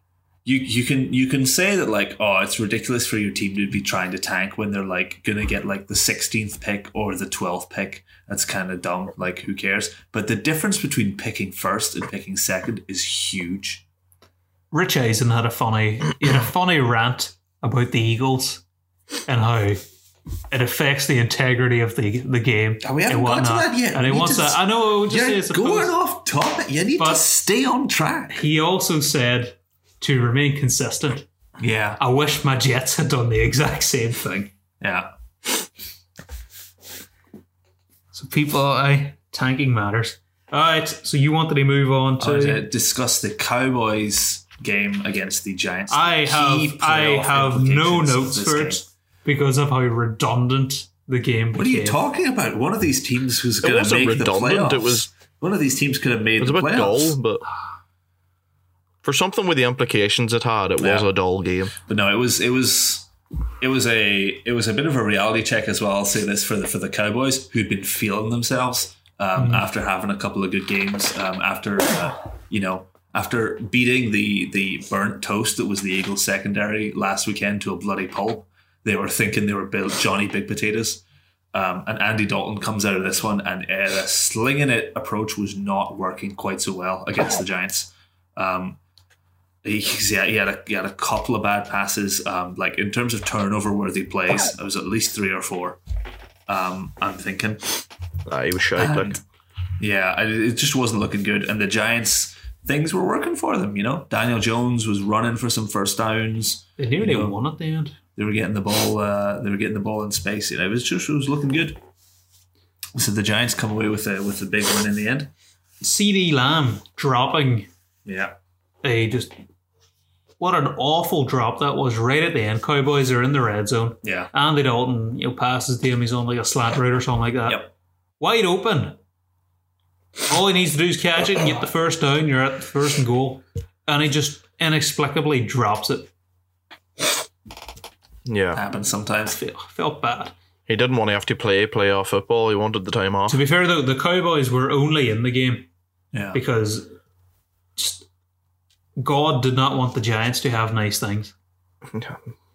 you you can you can say that like oh it's ridiculous for your team to be trying to tank when they're like gonna get like the 16th pick or the 12th pick. That's kind of dumb. Like who cares? But the difference between picking first and picking second is huge.
Rich Eisen had a funny he had a funny rant about the Eagles and how it affects the integrity of the the game.
Oh, we haven't
and
got to
whatnot.
that yet.
And he
We
wants
just-
that. I know. I would just say
You're
it's a
going
post.
off topic. You need
But-
to stay on track.
He also said to remain consistent.
Yeah.
I wish my Jets had done the exact same thing.
Yeah.
So people, I tanking matters. All right. So you wanted to move on
To
to?
uh, discuss the Cowboys game against the Giants.
I
Key
have I
playoff
have no
implications of
notes
this
for
game.
it because of how redundant the game.
What are you
became.
talking about? One of these teams was going to
wasn't
make
redundant,
the playoffs.
it was-
one of these teams could have made
It was a
the
bit
playoffs.
dull, but for something with the implications it had, it was
Yeah.
a dull game.
But no, it was it was it was a it was a bit of a reality check as well. I'll say this for the for the Cowboys who'd been feeling themselves um, after having a couple of good games um, after uh, you know after beating the the burnt toast that was the Eagles secondary last weekend to a bloody pulp. They were thinking they were built Johnny Big Potatoes. Um, and Andy Dalton comes out of this one, and uh, the slinging it approach was not working quite so well against the Giants. Um, he, he's- yeah, he had a he had a couple of bad passes. Um, like in terms of turnover worthy plays, it was at least three or four. Um, I'm thinking,
Ah, he was shite. Like,
And- yeah, I- it just wasn't looking good. And the Giants, things were working for them. You know, Daniel Jones was running for some first downs.
They nearly
Yeah.
won at the end.
They were getting the ball. Uh, they were getting the ball in space. You know, it was just it was looking good. So the Giants come away with a with a big win in the end.
CD Lamb dropping
Yeah,
a just what an awful drop that was right at the end. Cowboys are in the red zone.
yeah,
Andy Dalton, you know, passes to him. He's on like a slant route or something like that.
Yep.
Wide open. All he needs to do is catch it and get the first down. You're at the first and goal, and he just inexplicably drops it.
yeah,
happens sometimes.
Felt, felt bad.
he didn't want to have to play playoff football. He wanted the time off.
To be fair though, the Cowboys were only in the game
Yeah,
because just God did not want the Giants to have nice things.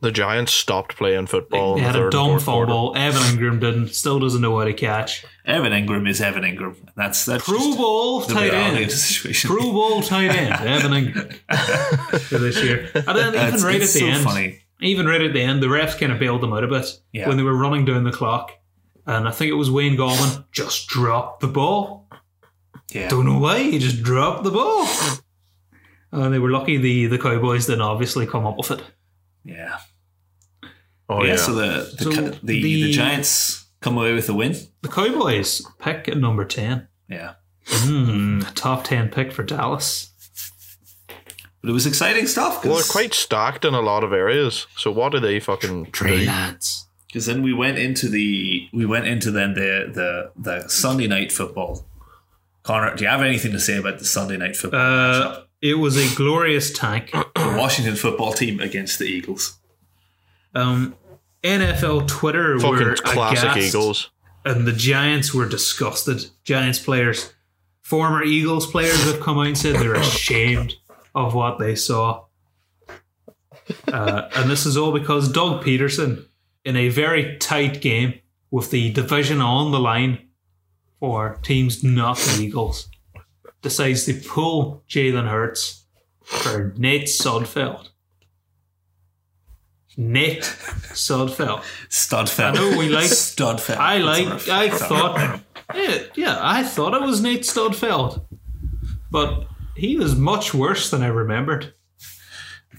The Giants stopped playing football.
They
in the
had
third
a
and
dumb
fourth quarter.
fumble. Evan Ingram didn't. Still doesn't know how to catch.
Evan Ingram is Evan Ingram. That's that's
Pro
just
Bowl
the
tight
reality of the
end.
situation.
Pro Bowl tight end. Evan Ingram for this year. And then even
It's-
right
it's
at the
so
end,
funny.
even right at the end, the refs kind of bailed them out a bit
Yeah.
when they were running down the clock. And I think it was Wayne Gallman just dropped the ball.
Yeah.
Don't know why he just dropped the ball. And they were lucky the, the Cowboys didn't obviously come up with it.
yeah.
Oh
yeah.
yeah.
So the the,
So
the the
the-
Giants come away with a win.
The Cowboys pick at number ten.
Yeah.
Hmm, a top ten pick for Dallas.
But it was exciting stuff
well, they're
because
quite stacked in a lot of areas. So what do they fucking do?
Lance.
then we went into the we went into then the the the Sunday night football. Connor, do you have anything to say about the Sunday night football?
Uh, it was a glorious tank.
the Washington football team against the Eagles.
Um, NFL Twitter
Fucking
were
classic
aghast,
Eagles.
and the Giants were disgusted. Giants players, former Eagles players, have come out and said they're ashamed of what they saw. Uh, and this is all because Doug Peterson, in a very tight game with the division on the line for teams not the Eagles, decides to pull Jalen Hurts for Nate Sudfeld. Nate Sudfeld. I
Studfell.
know we like-
Studfell.
I
That's
like.
rough.
I
Sorry.
thought. Yeah, yeah, I thought it was Nate Studfeld, but he was much worse than I remembered.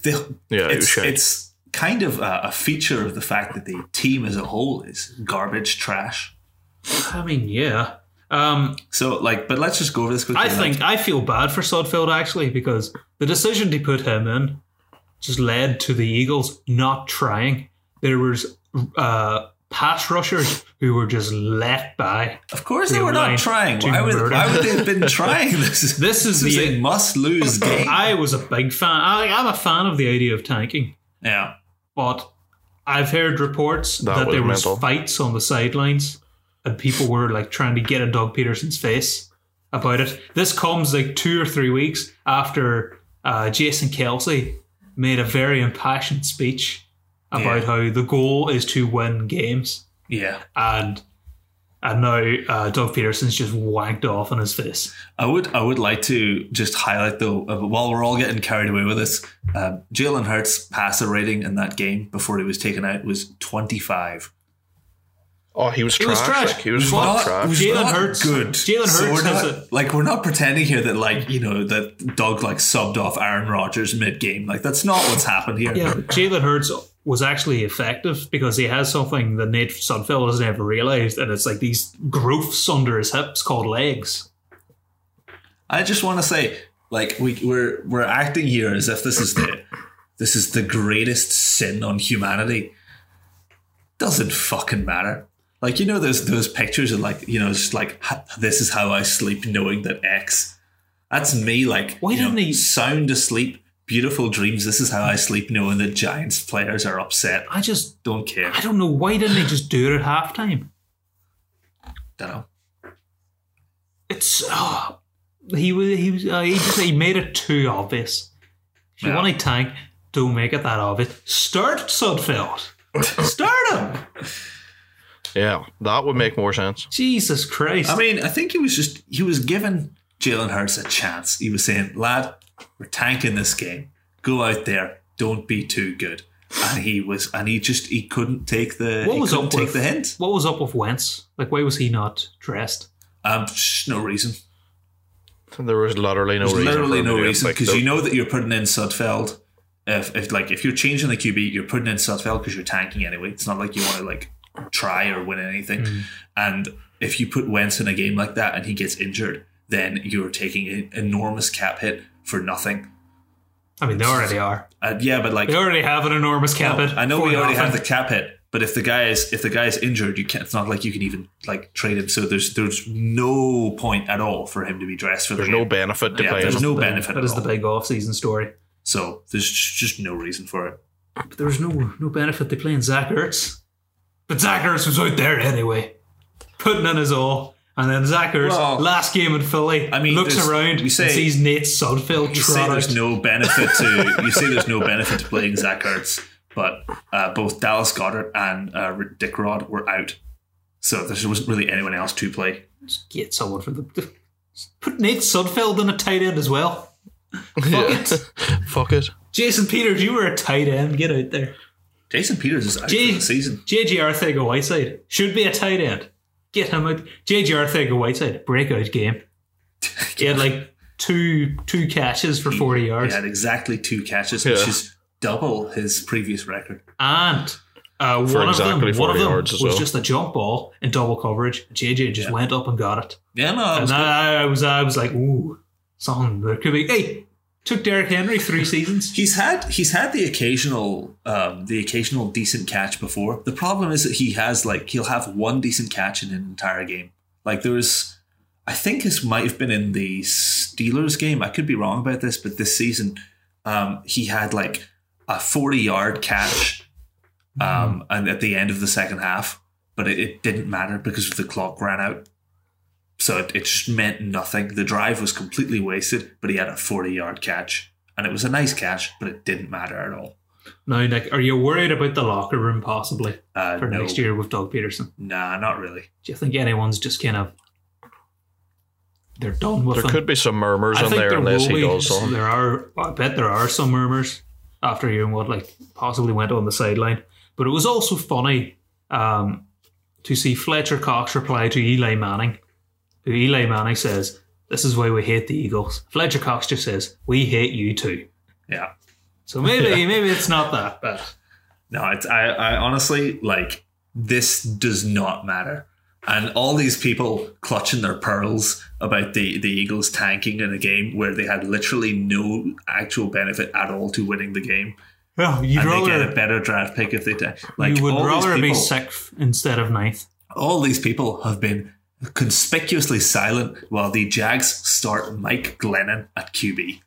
The-
Yeah, it was
it's,
shite.
it's kind of a, a feature of the fact that the team as a whole is garbage trash.
I mean, yeah. Um,
So, like, but let's just go over this quickly.
I
like,
think I feel bad for Sudfeld actually because the decision to put him in just led to the Eagles not trying. There was uh, pass rushers who were just let by.
Of course they
They
were not
lied
trying.
to
Why would,
murder.
why would they have been trying? This is,
This is
this is
the-
a must lose game.
I was a big fan. I, I'm a fan of the idea of tanking,
yeah.
but I've heard reports
That
that,
was
there
mental.
was fights on the sidelines and people were like trying to get in Doug Peterson's face about it. This comes like two or three weeks after uh, Jason Kelsey made a very impassioned speech about
Yeah.
how the goal is to win games.
Yeah.
and and now uh, Doug Peterson's just wanked off on his face.
I would I would like to just highlight though uh, while we're all getting carried away with this, um, Jalen Hurts' passer rating in that game before he was taken out was twenty five.
Oh, he was
He
trash.
was trash.
Like, he was
He was
fucking
Not-
trash.
was
Jalen
not
Hurts-
good.
Jalen Hurts
So we're
has
not,
a-
like we're not pretending here that like you know that Doug like subbed off Aaron Rodgers mid game. Like that's not what's happened here.
Yeah, but Jalen Hurts was actually effective because he has something that Nate Sudfeld has never realized, and it's like these growths under his hips called legs.
I just want to say, like, we, we're we're acting here as if this is the this is the greatest sin on humanity. Doesn't fucking matter. Like, you know, those those pictures of like, you know, it's just like "Ha- this is how I sleep, knowing that X. That's me. Like,
Why
you know,
didn't he-
sound asleep? Beautiful dreams. This is how I sleep, knowing that Giants players are upset.
I just
Don't care.
I don't know why didn't they just do it at halftime?
don't know.
It's oh, he was he was uh, he just he made it too obvious. If you
Yeah.
want to tank, don't make it that obvious. Start Sudfeld. Start him.
Yeah, that would make more sense.
Jesus Christ.
I mean, I think he was just he was giving Jalen Hurts a chance. He was saying, "Lad, we're tanking this game. Go out there, don't be too good." And he was, and he just he couldn't take the
What
he
was
couldn't
up
take
with-
the hint.
What was up with Wentz? Like, why was he not dressed?
Um, psh, no reason.
There was literally no
There's
reason.
literally no reason because
you know.
you know that you're putting in Sudfeld. If, if like if you're changing the QB, you're putting in Sudfeld because you're tanking anyway. It's not like you want to like try or win anything.
Hmm.
And if you put Wentz in a game like that and he gets injured, then you're taking an enormous cap hit for nothing.
I mean, they already are.
Uh, yeah, but like
They already have an enormous cap.
no,
hit
I know
for
we already
nothing.
have the cap hit, but if the guy is if the guy is injured, you can't. It's not like you can even like trade him. So there's there's no point at all for him to be dressed for
There's
the
no
game.
benefit to
Yeah,
playing
there's
him.
no benefit.
That
at
is the
all.
big off-season story.
so there's just no reason for it.
But there was no no benefit to playing Zach Ertz. But Zach Ertz was out there anyway, putting in his all. And then Zach Ertz,
Well,
last game in Philly,
I mean,
looks
there's-
around
we say-
and sees Nate Sudfeld
You say
trot
there's
out.
no benefit to you say there's no benefit to playing Zach Ertz, but uh, both Dallas Goddard and uh, Dick Rod were out, so there wasn't really anyone else to play.
Get someone for the. Put Nate Sudfeld in a tight end as well.
Yeah.
Fuck it.
Fuck it.
Jason Peters, you were a tight end. Get out there.
Jason Peters is out
Gee.
for the season.
JJ Arthego Whiteside should be a tight end. Get him out. JJ Arthego Whiteside breakout game. He had like two two catches for forty
He
yards,
had exactly two catches,
Yeah.
which is double his previous record.
and uh, one
For
of
exactly
them, one
40
of them
yards
was
as well.
just a jump ball in double coverage. JJ just went up and got it,
Yeah, no, that
and
was
I, I was I was like, ooh, something there could be. Hey, took Derrick Henry three seasons.
He's had he's had the occasional um, the occasional decent catch before. The problem is that he has like he'll have one decent catch in an entire game. Like there was, I think this might have been in the Steelers game. I could be wrong about this, but this season um, he had like a forty yard catch, um, and at the end of the second half, but it, it didn't matter because the clock ran out. So it, it just meant nothing. The drive was completely wasted, but he had a 40 yard catch. And it was a nice catch, but it didn't matter at all.
Now, Nick, are you worried about the locker room possibly
Uh,
for
no,
next year with Doug Peterson?
Nah, not really.
Do you think anyone's just kind of they're done with
There
him?
could be some murmurs in there unless he does something.
There are, I bet there are some murmurs after hearing what like possibly went on the sideline. But it was also funny um, to see Fletcher Cox reply to Eli Manning. Who Eli Manning says, "This is why we hate the Eagles." Fletcher Cox just says, "We hate you too."
Yeah.
So maybe maybe it's not that bad.
No, it's, I, I honestly, like, this does not matter. And all these people clutching their pearls about the, the Eagles tanking in a game where they had literally no actual benefit at all to winning the game.
Oh, you'd
and they get
rather,
a better draft pick if they did. Like
you would
all these
rather be
people-
sixth instead of ninth.
all these people have been conspicuously silent while the Jags start Mike Glennon at QB.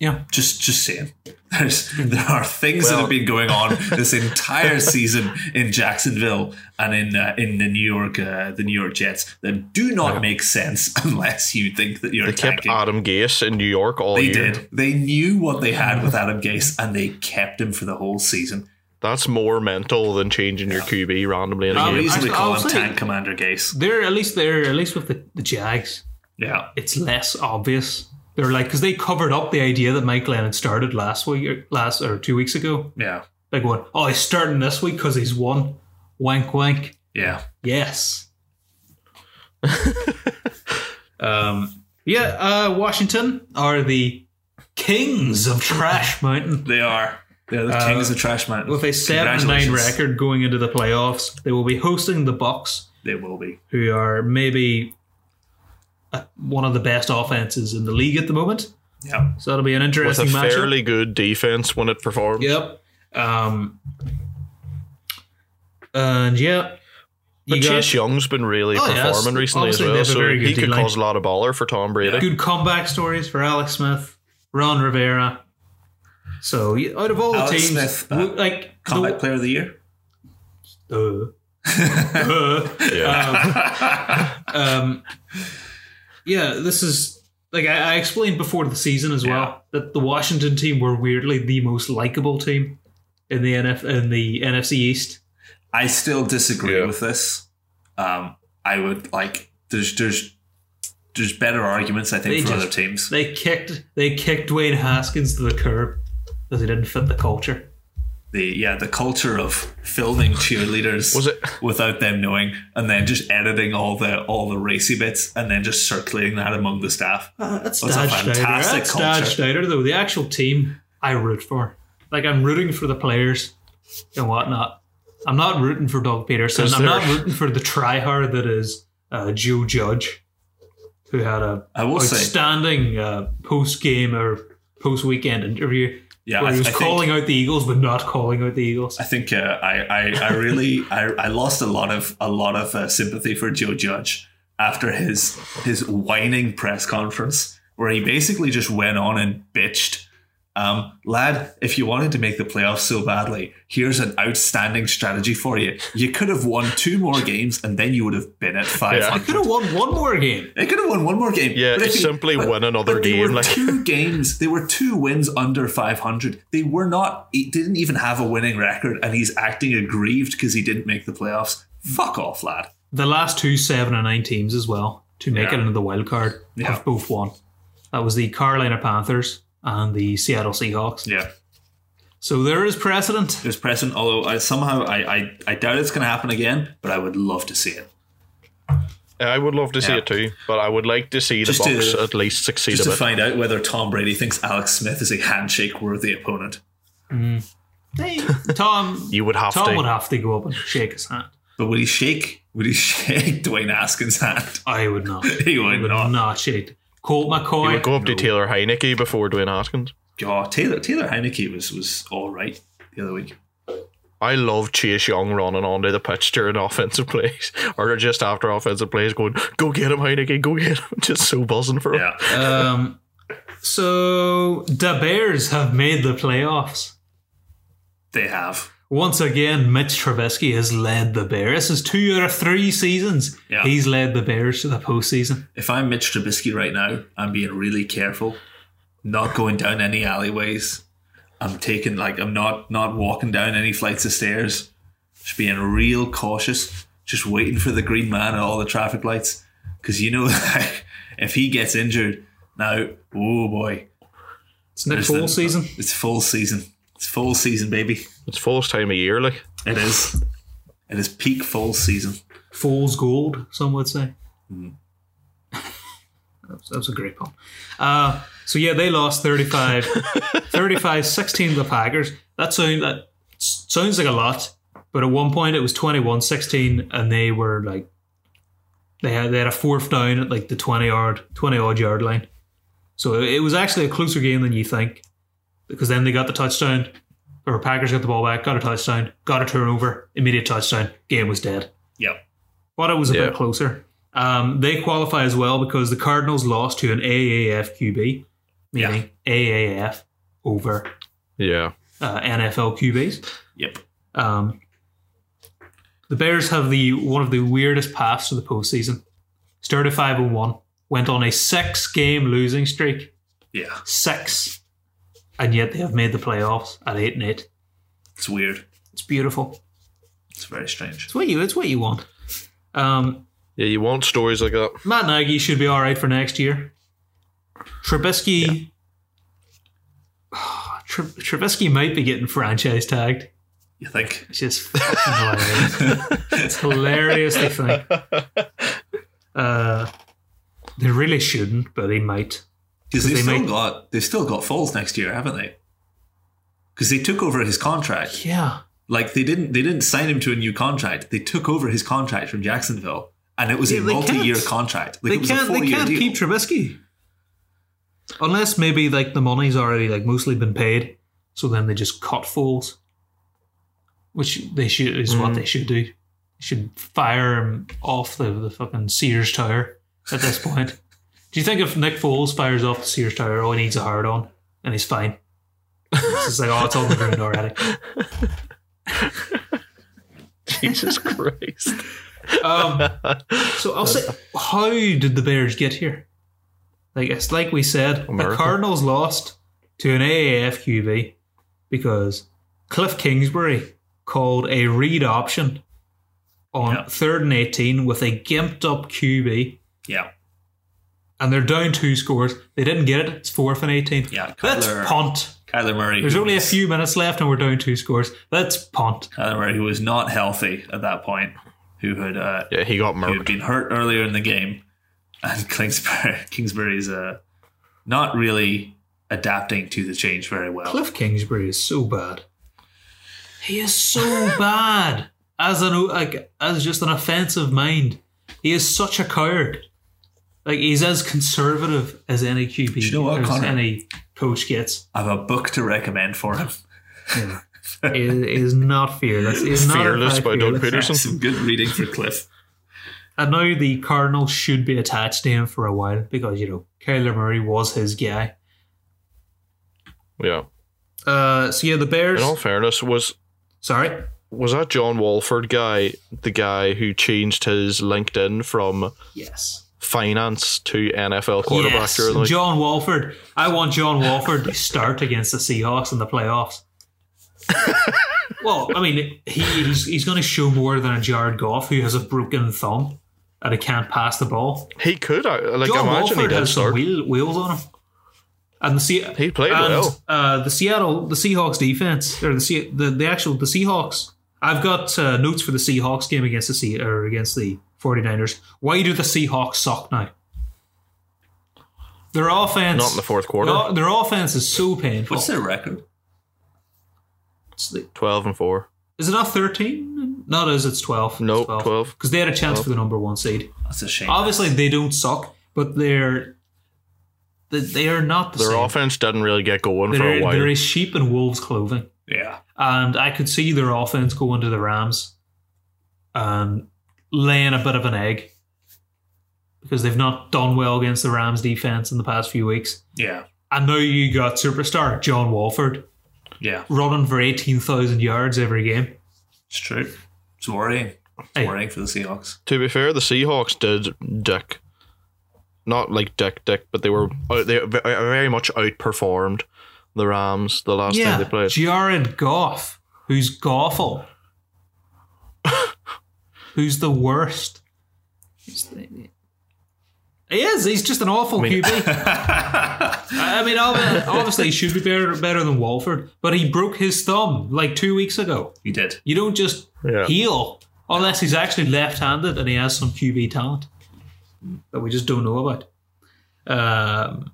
Yeah.
Just, just saying. There's, there are things that
Well-
have been going on this entire season in Jacksonville and in uh, in the New York uh, the New York Jets that do not make sense unless you think that you're
They
attacking.
kept Adam Gase in New York all
they
year.
did. They knew what they had with Adam Gase and they kept him for the whole season.
That's more mental than changing your QB randomly in a
Um,
I'll
game.
easily
actually,
call
I'll
him
say-
Tank Commander Gase.
They're at least they're at least with the, the Jags.
Yeah.
It's less obvious. They're like because they covered up the idea that Mike Lennon started last week, or last or two weeks ago.
Yeah.
They're going, oh, he's starting this week because he's won. Wank wank.
Yeah.
Yes. um. Yeah. Uh. Washington are the kings of Trash Mountain.
They are. They're the
Uh,
kings of trash man.
With a seven and nine record going into the playoffs, they will be hosting the Bucks,
They will be.
who are maybe uh, one of the best offenses in the league at the moment.
Yeah.
So that'll be an
With
interesting
a
matchup.
fairly good defense when it performs.
yep. Um, and yeah,
But
you got
Chase Young's been really
Oh, yeah,
performing
it's-
recently as
obviously they
well,
have a
so
very good
he could
D-line.
cause a lot of baller for Tom Brady.
good comeback stories for Alex Smith, Ron Rivera. So yeah, out of all
Alex
the teams,
Smith,
w-
uh,
like
Comeback player of the year.
the, uh, uh,
Yeah.
um, um, yeah, this is like I, I explained before the season as well that the Washington team were weirdly the most likable team in the NF in the NFC East.
I still disagree
Yeah.
with this. Um, I would like there's there's there's better arguments I think
They
for
just-
other teams.
They kicked they kicked Dwayne Haskins to the curb because he didn't fit the culture.
The yeah, the culture of filming cheerleaders
Was it-
without them knowing and then just editing all the all the racy bits and then just circulating that among the staff.
that's
That's a
Dad Schneider.
fantastic
That's Dad
culture.
Schneider, though. The actual team I root for, like I'm rooting for the players and whatnot. I'm not rooting for Doug Peterson.
Is
I'm not
there-
rooting for the tryhard that is uh, Joe Judge, who had a
I will say
outstanding uh, post game or post weekend interview
yeah,
where
I,
he was
I think-
calling out the Eagles but not calling out the Eagles.
I think uh, I, I I really I, I lost a lot of a lot of uh, sympathy for Joe Judge after his his whining press conference where he basically just went on and bitched. Um, lad, if you wanted to make the playoffs so badly, here's an outstanding strategy for you. You could have won two more games and then you would have been at 500.
I could have won one more game.
They could have won one more game.
Yeah,
but if
it's
he-
simply win another
but They
game.
were
Like
two games. They were two wins under 500. They were not. He didn't even have a winning record, and he's acting aggrieved because he didn't make the playoffs. Fuck off, lad.
The last two seven and nine teams as well to make
Yeah.
it into the wild card
Yeah.
have both won. That was the Carolina Panthers and the Seattle Seahawks.
Yeah,
So there is precedent.
there's precedent. Although I, somehow I, I, I doubt it's going to happen again. But I would love to see it.
I would love to see
Yeah.
it too, but I would like to see the
Just to-
Bucks at least succeed
Just
a
to
bit.
find out whether Tom Brady thinks Alex Smith is a handshake worthy opponent.
Hey, Tom,
you would have
eh?
Tom
to.
would have to go up and shake his hand.
But would he shake? Would he shake Dwayne Askins' hand?
I would not.
He would
I would
not.
not shake. Colt
you
McCoy.
would go up to Taylor Heineke before Dwayne Haskins.
God, Taylor Taylor Heineke was was all right the other week.
I love Chase Young running onto the pitch during offensive plays, or just after offensive plays, going, "Go get him, Heineke! Go get him!" Just so buzzing for him.
Yeah,
Um, so the Bears have made the playoffs.
they have.
Once again, Mitch Trubisky has led the Bears. This is two out of three seasons
Yeah.
he's led the Bears to the postseason.
if I'm Mitch Trubisky right now, I'm being really careful, not going down any alleyways. I'm taking like I'm not not walking down any flights of stairs. Just being real cautious, just waiting for the green man at all the traffic lights, because you know like, if he gets injured now, oh boy,
It's Nick
There's the-
Foles season.
it's full season. It's full season, baby.
It's Foles time of year, like
It is. It is peak full season.
Foles gold, some would say. that, was, that was a great pun. Uh, so yeah, they lost 35, 35-16 to the Packers. That, sound, that s- sounds like a lot, but at one point it was 21-16 and they were like, they had, they had a fourth down at like the 20 yard, 20 odd yard line. So it was actually a closer game than you think because then they got the touchdown or Packers got the ball back, got a touchdown, got a turnover, immediate touchdown, game was dead.
Yep.
But it was a
Yeah.
bit closer. Um, they qualify as well because the Cardinals lost to an AAF QB, meaning AAF over
Yeah.
uh, NFL QBs.
Yep.
Um, the Bears have the one of the weirdest paths to the postseason. Started five and one, went on a six-game losing streak,
Yeah.
six, and yet they have made the playoffs at eight and eight.
It's weird.
It's beautiful.
It's very strange.
It's what you. It's what you want. Um,
Yeah, you want stories like that.
Matt Nagy should be all right for next year. Trubisky. Tr- Trubisky might be getting franchise tagged.
You think?
It's just fucking hilarious. it's hilarious to think. Uh, they really shouldn't, but they might.
Because they've
they
still
might-
got they've still got Falls next year, haven't they? Because they took over his contract.
Yeah.
Like they didn't they didn't sign him to a new contract. They took over his contract from Jacksonville, and it was
Yeah,
a
they can't.
multi-year contract. Like
they
it was
can't.
a
They
four-year
can't
deal.
keep Trubisky. Unless maybe like the money's already like mostly been paid, so then they just cut Foles, which they should is
Mm.
what they should do. They should fire him off the, the fucking Sears Tower at this point. Do you think if Nick Foles fires off the Sears Tower, oh he needs a hard on and he's fine? It's just like oh it's all the ground already.
Jesus Christ.
Um, so I'll say, how did the Bears get here? Like it's like we said, the
America.
Cardinals lost to an AAF QB because Cliff Kingsbury called a read option on
Yeah.
third and eighteen with a gimped up QB,
Yeah,
and they're down two scores. They didn't get it. It's fourth and eighteen.
yeah.
Let's
Kyler,
punt.
Kyler Murray.
There's
who
only a
was-
few minutes left, and we're down two scores. Let's punt.
Kyler Murray, who was not healthy at that point, who had uh,
Yeah, he got
who had
murdered.
been hurt earlier in the game, and Kingsbury Kingsbury's uh, not really adapting to the change very well.
Cliff Kingsbury is so bad. He is so bad as an like as just an offensive mind. He is such a coward. Like he's as conservative as any QB,
you know what,
as
Connor?
any coach gets.
I have a book to recommend for him.
He is, he is not fearless. He is not in
Fearless
fact
by Doug
fearless.
Peterson.
Some good reading for Cliff.
And now the Cardinals should be attached to him for a while because you know Kyler Murray was his guy.
Yeah.
Uh, so yeah, the Bears.
In all fairness, was
Sorry,
was that John Walford guy the guy who changed his LinkedIn from
yes.
finance to NFL quarterback
Yes,
during the week?
John Walford. I want John Walford to start against the Seahawks in the playoffs. well, I mean, he, he's, he's going to show more than a Jared Goff who has a broken thumb and he can't pass the ball.
He could uh, like
John
imagine he
Walford
did
has some
start.
wheel, wheels on him. And the Se-
He played
and,
well.
Uh, the Seattle, the Seahawks defense, or the Se- the, the actual the Seahawks. I've got uh, notes for the Seahawks game against the Se- or against the 49ers. Why do the Seahawks suck now? Their offense,
Not in the fourth quarter.
no, their offense is so painful.
What's their record?
It's the-
Twelve and four.
Is it not thirteen? Not as it's twelve.
Nope, 12.
Because they had a chance for the number one seed.
That's a shame.
Obviously, they don't suck, but they're they, they are not the
Their
same.
offense didn't really get going for a
They're,
while.
they're a sheep and wolves clothing.
Yeah.
and I could see their offense going to the Rams and laying a bit of an egg because they've not done well against the Rams defense in the past few weeks.
Yeah.
And now you got superstar John Walford
Yeah.
running for 18,000 yards every game.
It's true. It's worrying. It's
Hey.
worrying for the Seahawks.
To be fair, the Seahawks did dick, not like dick dick, but they were uh, they ve- very much outperformed the Rams the last time they played.
Jared Goff, who's Goffle, who's the worst. He is. He's just an awful
mean-
QB. I I mean, ob- obviously, he should be better, better than Walford, but he broke his thumb like two weeks ago.
He did.
You don't just
Yeah.
heal unless he's actually left handed and he has some QB talent that we just don't know about. Um,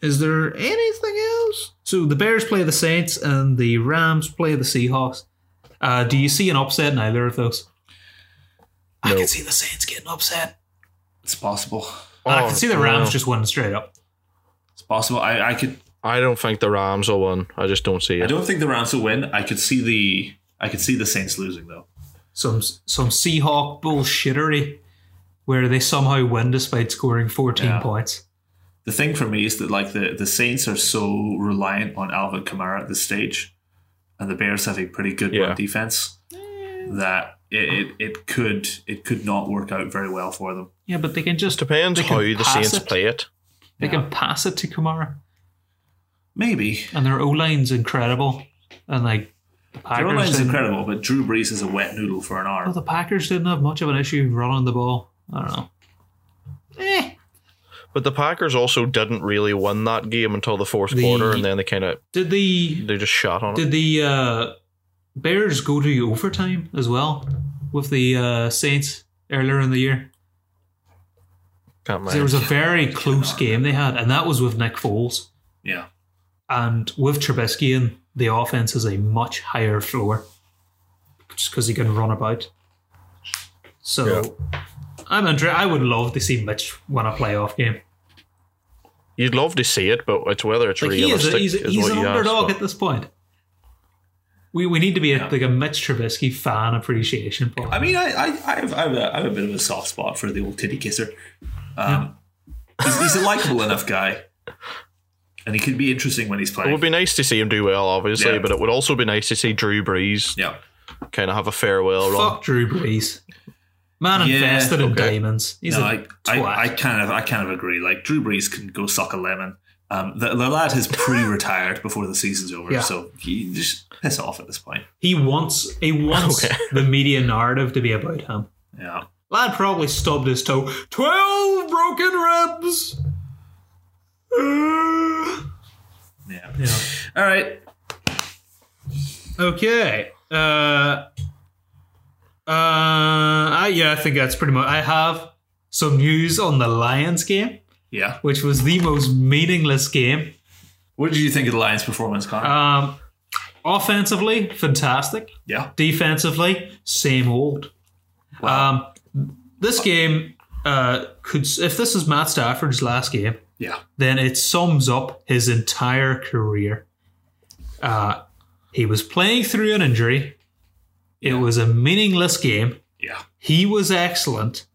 is there anything else? So the Bears play the Saints and the Rams play the Seahawks. Uh, do you see an upset in either of those? I
No.
can see the Saints getting upset.
It's possible.
And I
Oh,
can see the Rams
no.
just winning straight up.
It's possible. I, I could
I don't think the Rams will win. I just don't see
I
it.
don't think the Rams will win. I could see the I could see the Saints losing though.
Some some Seahawk bullshittery where they somehow win despite scoring 14
Yeah.
points.
The thing for me is that like the, the Saints are so reliant on Alvin Kamara at this stage, and the Bears have a pretty good
Yeah.
run defense Eh. that it, it, it could it could not work out very well for them.
Yeah, but they can just
Depends
they
how
can
the
pass
Saints
it.
play it.
They
Yeah.
can pass it to Kamara,
Maybe
and their O line's incredible, and like the
their
Packers.
line's
didn't-
incredible, but Drew Brees is a wet noodle for an
Well,
arm.
the Packers didn't have much of an issue running the ball. I don't know. Eh,
But the Packers also didn't really win that game until the fourth
The-
quarter, and then they kind of
did the
they just shot on it.
did the uh, Bears go to overtime as well with the uh, Saints earlier in the year?
Can't
'Cause There was
mind.
a very close game they had, and that was with Nick Foles.
Yeah.
And with Trubisky in, the offense has a much higher floor just because he can run about. So I'm inter- I would love to see Mitch win a playoff game.
You'd love to see it, but it's whether it's
Like he is,
realistic.
a, he's,
is
he's
what
an
you ask,
underdog
but-
at this point. We, we need to be a,
Yeah.
like a Mitch Trubisky fan appreciation.
I
Party.
mean, I, I, I, have, I, have a, I have a bit of a soft spot for the old titty kisser. Um, he's, he's a likable enough guy, and he could be interesting when he's
It
playing.
would be nice to see him do well, obviously,
Yeah.
but it would also be nice to see Drew Brees
yeah,
kind of have a farewell run.
Fuck Drew Brees, man
Yeah,
invested in
okay.
diamonds. He's
no,
a
I,
twat.
I, I kind of, I kind of agree. Like Drew Brees can go suck a lemon. Um, the, the lad has pre-retired before the season's over,
Yeah.
so he just piss off at this point.
he wants he wants
Okay.
the media narrative to be about him.
Yeah,
Lad probably stubbed his toe. Twelve broken ribs. Uh,
yeah.
yeah.
All right.
Okay. Uh, uh, I, yeah, I think that's pretty much. I have some news on the Lions game,
Yeah.
which was the most meaningless game.
What did you think of the Lions' performance, Connor?
Um, offensively, fantastic.
yeah.
Defensively, same old. Um, this game uh, could, if this is Matt Stafford's last game,
Yeah.
then it sums up his entire career. Uh, he was playing through an injury. It was a meaningless game.
Yeah.
He was excellent.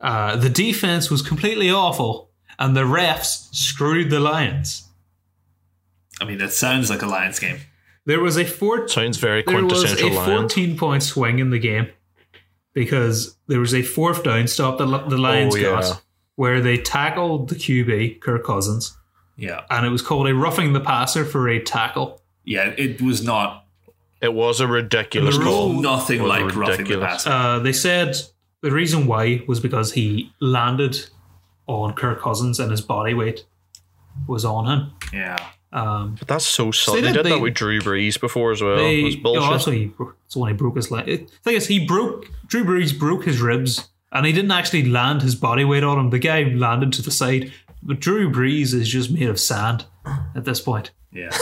Uh, the defense was completely awful, and the refs screwed the Lions.
I mean, that sounds like a Lions game.
There was a four.
Sounds very
There was a
quintessential Lions.
14 point swing in the game because there was a fourth down stop that li- the Lions
Oh, yeah.
got where they tackled the QB, Kirk Cousins,
Yeah.
and it was called a roughing the passer for a tackle.
Yeah. It was not
It was a ridiculous
The
call.
rule-
nothing
was
like roughing the
ridiculous.
passer.
Uh, they said the reason why was because he landed on Kirk Cousins and his body weight was on him.
Yeah.
Um,
But that's so
they
sudden. They
did-
did
they-
that with Drew Brees before as well.
they,
it was bullshit.
Oh, also, he, bro- it's when he broke his leg. The thing is, he broke Drew Brees broke his ribs, and he didn't actually land his body weight on him. The guy landed to the side, but Drew Brees is just made of sand at this point.
Yeah.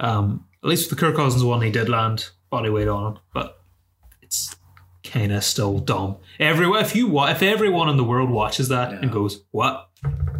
Um, at least with the Kirk Cousins one, he did land body weight on him, but it's kind of still dumb. Everywhere, if you wa- if everyone in the world watches that
Yeah.
and goes what,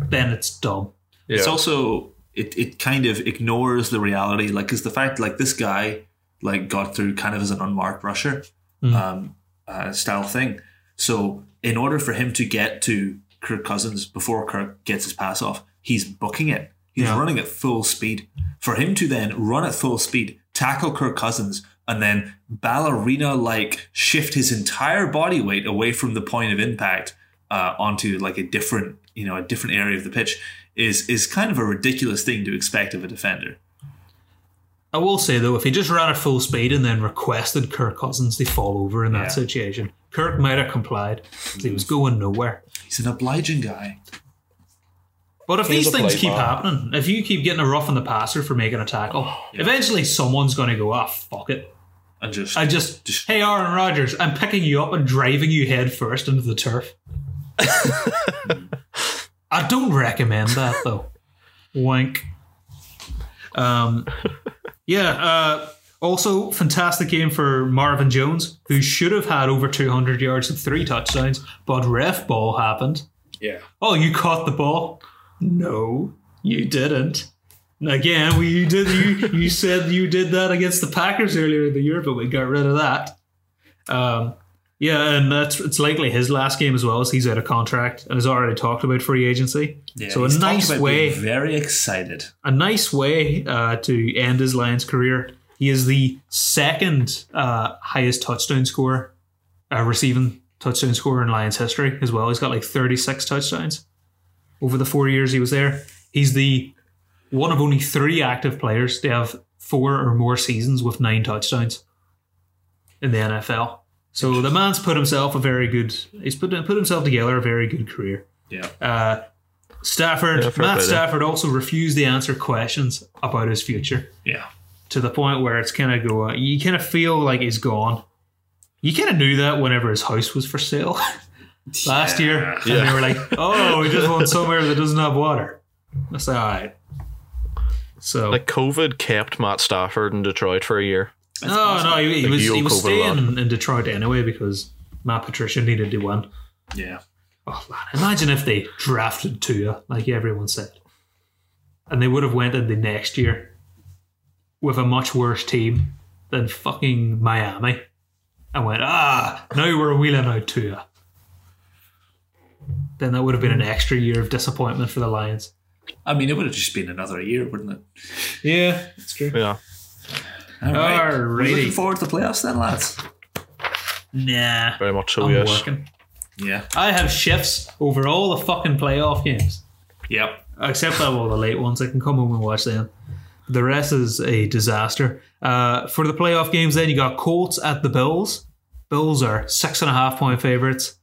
then it's dumb.
yeah.
It's also it it kind of ignores the reality, like because the fact like this guy like got through kind of as an unmarked rusher
Mm.
um, uh, style thing. So in order for him to get to Kirk Cousins before Kirk gets his pass off, he's booking it. He's
Yeah.
running at full speed. For him to then run at full speed, tackle Kirk Cousins, and then ballerina like shift his entire body weight away from the point of impact uh, onto like a different you know a different area of the pitch is is kind of a ridiculous thing to expect of a defender.
I will say though, if he just ran at full speed and then requested Kirk Cousins to fall over in that
Yeah.
situation, Kirk might have complied 'cause he was going nowhere.
He's an obliging guy.
But if
He's
these
a
things
play
keep
ball.
happening, if you keep getting a rough on the passer for making a tackle,
Oh,
eventually someone's going to go, ah, fuck it.
And just
I just,
Just-
hey, Aaron Rodgers, I'm picking you up and driving you head first into the turf. I don't recommend that though. Wink. Um, yeah. Uh, also, fantastic game for Marvin Jones, who should have had over 200 yards and three touchdowns, but ref ball happened.
yeah.
Oh, you caught the ball? No, you didn't. Again, we you did you you said you did that against the Packers earlier in the year, but we got rid of that. Um, yeah, and that's it's likely his last game as well, as he's out of contract and has already talked about free agency.
Yeah,
so a
he's talked
nice
about
way,
being Very excited.
a nice way uh, to end his Lions career. He is the second uh, highest touchdown scorer, uh, receiving touchdown scorer in Lions history as well. He's got like 36 touchdowns over the four years he was there. He's the one of only three active players to have four or more seasons with nine touchdowns in the NFL. So the man's put himself a very good. He's put put himself together a very good career.
Yeah.
Uh, Stafford,
Yeah, fair play
Matt
there.
Stafford also refused to answer questions about his future
Yeah.
to the point where it's kind of going, you kind of feel like he's gone. You kind of knew that whenever his house was for sale last year. And
Yeah.
they were like, oh, we just want somewhere that doesn't have water. That's all right. So,
Like COVID kept Matt Stafford in Detroit for a year.
no, no, he, he
Like,
was,
you
he was
cover a lot.
staying in Detroit anyway because Matt Patricia needed to win.
Yeah.
Oh man, imagine if they drafted Tua, like everyone said. And they would have went in the next year with a much worse team than fucking Miami. And went, ah, now we're wheeling out Tua. Then that would have been an extra year of disappointment for the Lions.
I mean, it would have just been another year, wouldn't it?
Yeah, that's true.
Yeah.
All right. We're
Alrighty.
Looking forward to the playoffs then, lads.
Nah.
Very much so,
I'm
yes.
working.
Yeah.
I have shifts over all the fucking playoff games.
Yep.
except that well the late ones i can come home and watch them the rest is a disaster uh, for the playoff games then you got colts at the bills bills are six and a half point favorites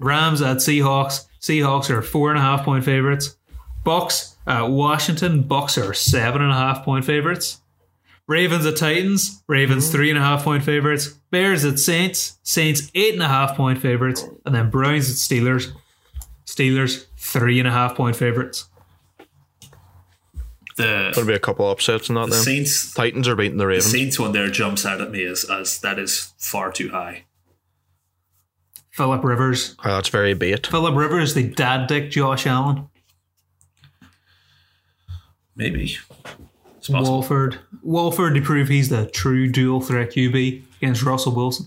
rams at seahawks seahawks are four and a half point favorites bucks at washington bucks are seven and a half point favorites ravens at titans ravens three and a half point favorites bears at saints saints eight and a half point favorites and then browns at steelers steelers three and a half point favorites
The,
There'll be a couple upsets in that
the
then.
Saints
Titans are beating the
the
Ravens.
Saints one there jumps out at me as, as that is far too high.
Philip Rivers.
Oh, that's very bait.
Philip Rivers, the dad dick Josh Allen.
Maybe. It's possible.
Walford. Walford to prove he's the true dual threat QB against Russell Wilson.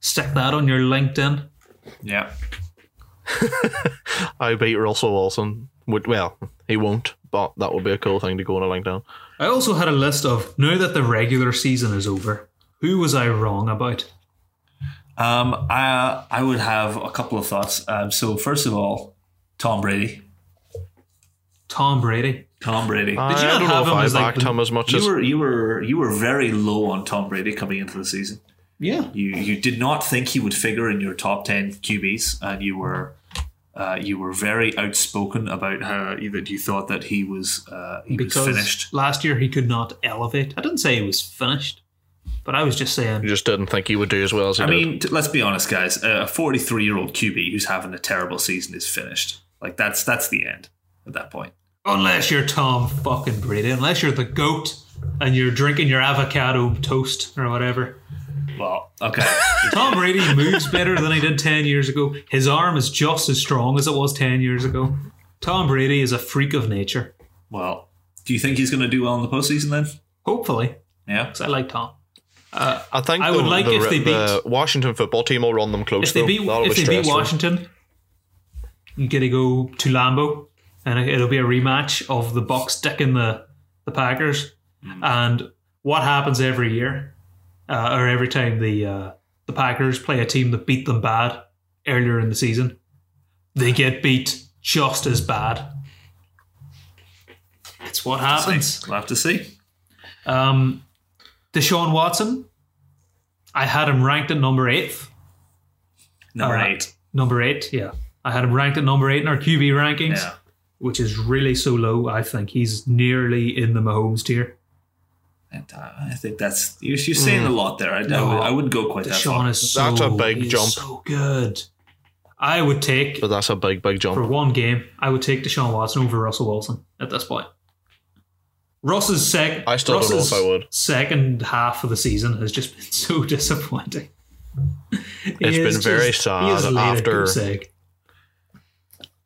Stick that on your LinkedIn.
yeah.
I beat Russell Wilson. Would well, he won't, but that would be a cool thing to go on a link down.
I also had a list of now that the regular season is over, who was I wrong about?
Um, I I would have a couple of thoughts. Um, so first of all, Tom Brady.
Tom Brady.
Tom Brady.
I
you not
don't know
have
if
him
I
as, like,
backed
the-
him as much as
you were you were you were very low on Tom Brady coming into the season.
Yeah.
You you did not think he would figure in your top ten QBs, and you were uh, you were very outspoken about how you- that you thought that he was uh, he
Because
was finished.
last year he could not elevate. I didn't say he was finished, but I was just saying
you just didn't think he would do as well as he
I
did.
mean, t- let's be honest, guys. A forty-three-year-old QB who's having a terrible season is finished. Like that's that's the end at that point.
Unless you're Tom fucking Brady, unless you're the goat and you're drinking your avocado toast or whatever.
Well, okay,
Tom Brady moves better than he did 10 years ago. His arm is just as strong as it was 10 years ago. Tom Brady is a freak of nature.
well, do you think he's going to do well in the postseason then?
Hopefully,
Yeah.
because I like Tom.
I think
I
the,
would like
the,
if they
the Washington football team will run them close.
If they
though.
beat,
That'll
if
be
they beat
stressful.
Washington, you get to go to Lambeau, and it- it'll be a rematch of the Bucks dicking the, the Packers. And what happens every year, uh, or every time the uh, the Packers play a team that beat them bad earlier in the season, they get beat just as bad. That's what happens.
We'll have to see.
Um, Deshaun Watson, I had him ranked at number eighth.
Number
Uh,
eight.
Number eight, yeah. I had him ranked at number eight in our QB rankings,
Yeah.
which is really so low. I think he's nearly in the Mahomes tier.
And uh, I think that's you're, you're saying
Mm.
a lot there. I, I, would, I wouldn't go quite that
Deshaun
far.
is so
That's a big
he is
jump.
So good. I would take
But that's a big, big jump.
for one game. I would take Deshaun Watson over Russell Wilson at this point. Russ's second.
I still don't know if I would.
Second half of the season has just been so disappointing. It's
It's been very sad after-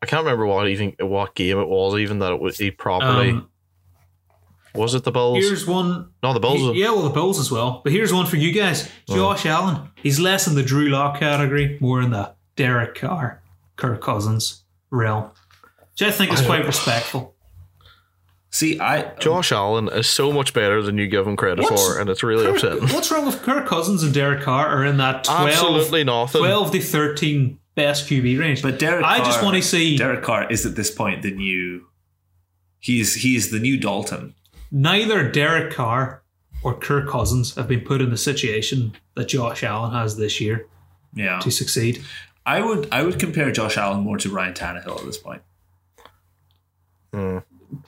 I can't remember what even what game it was, even that it was, he properly
Um,
Was it the Bulls?
Here's one.
no, the Bulls.
Yeah, well, the Bulls as well. But here's one for you guys. Josh Allen. He's less in the Drew Lock category, more in the Derek Carr, Kirk Cousins realm, which I think is quite respectful.
See, I
Josh Allen is so much better than you give him credit
What's-
for, and it's really
Kirk-
upsetting.
What's wrong with Kirk Cousins and Derek Carr are in that 12,
Absolutely nothing.
12 to 13 best QB range?
But Derek,
I just
Carr-
want to see
Derek Carr is at this point the new. He's he's the new Dalton.
neither Derek Carr or Kirk Cousins have been put in the situation that Josh Allen has this year
Yeah,
to succeed.
I would I would compare Josh Allen more to Ryan Tannehill at this point.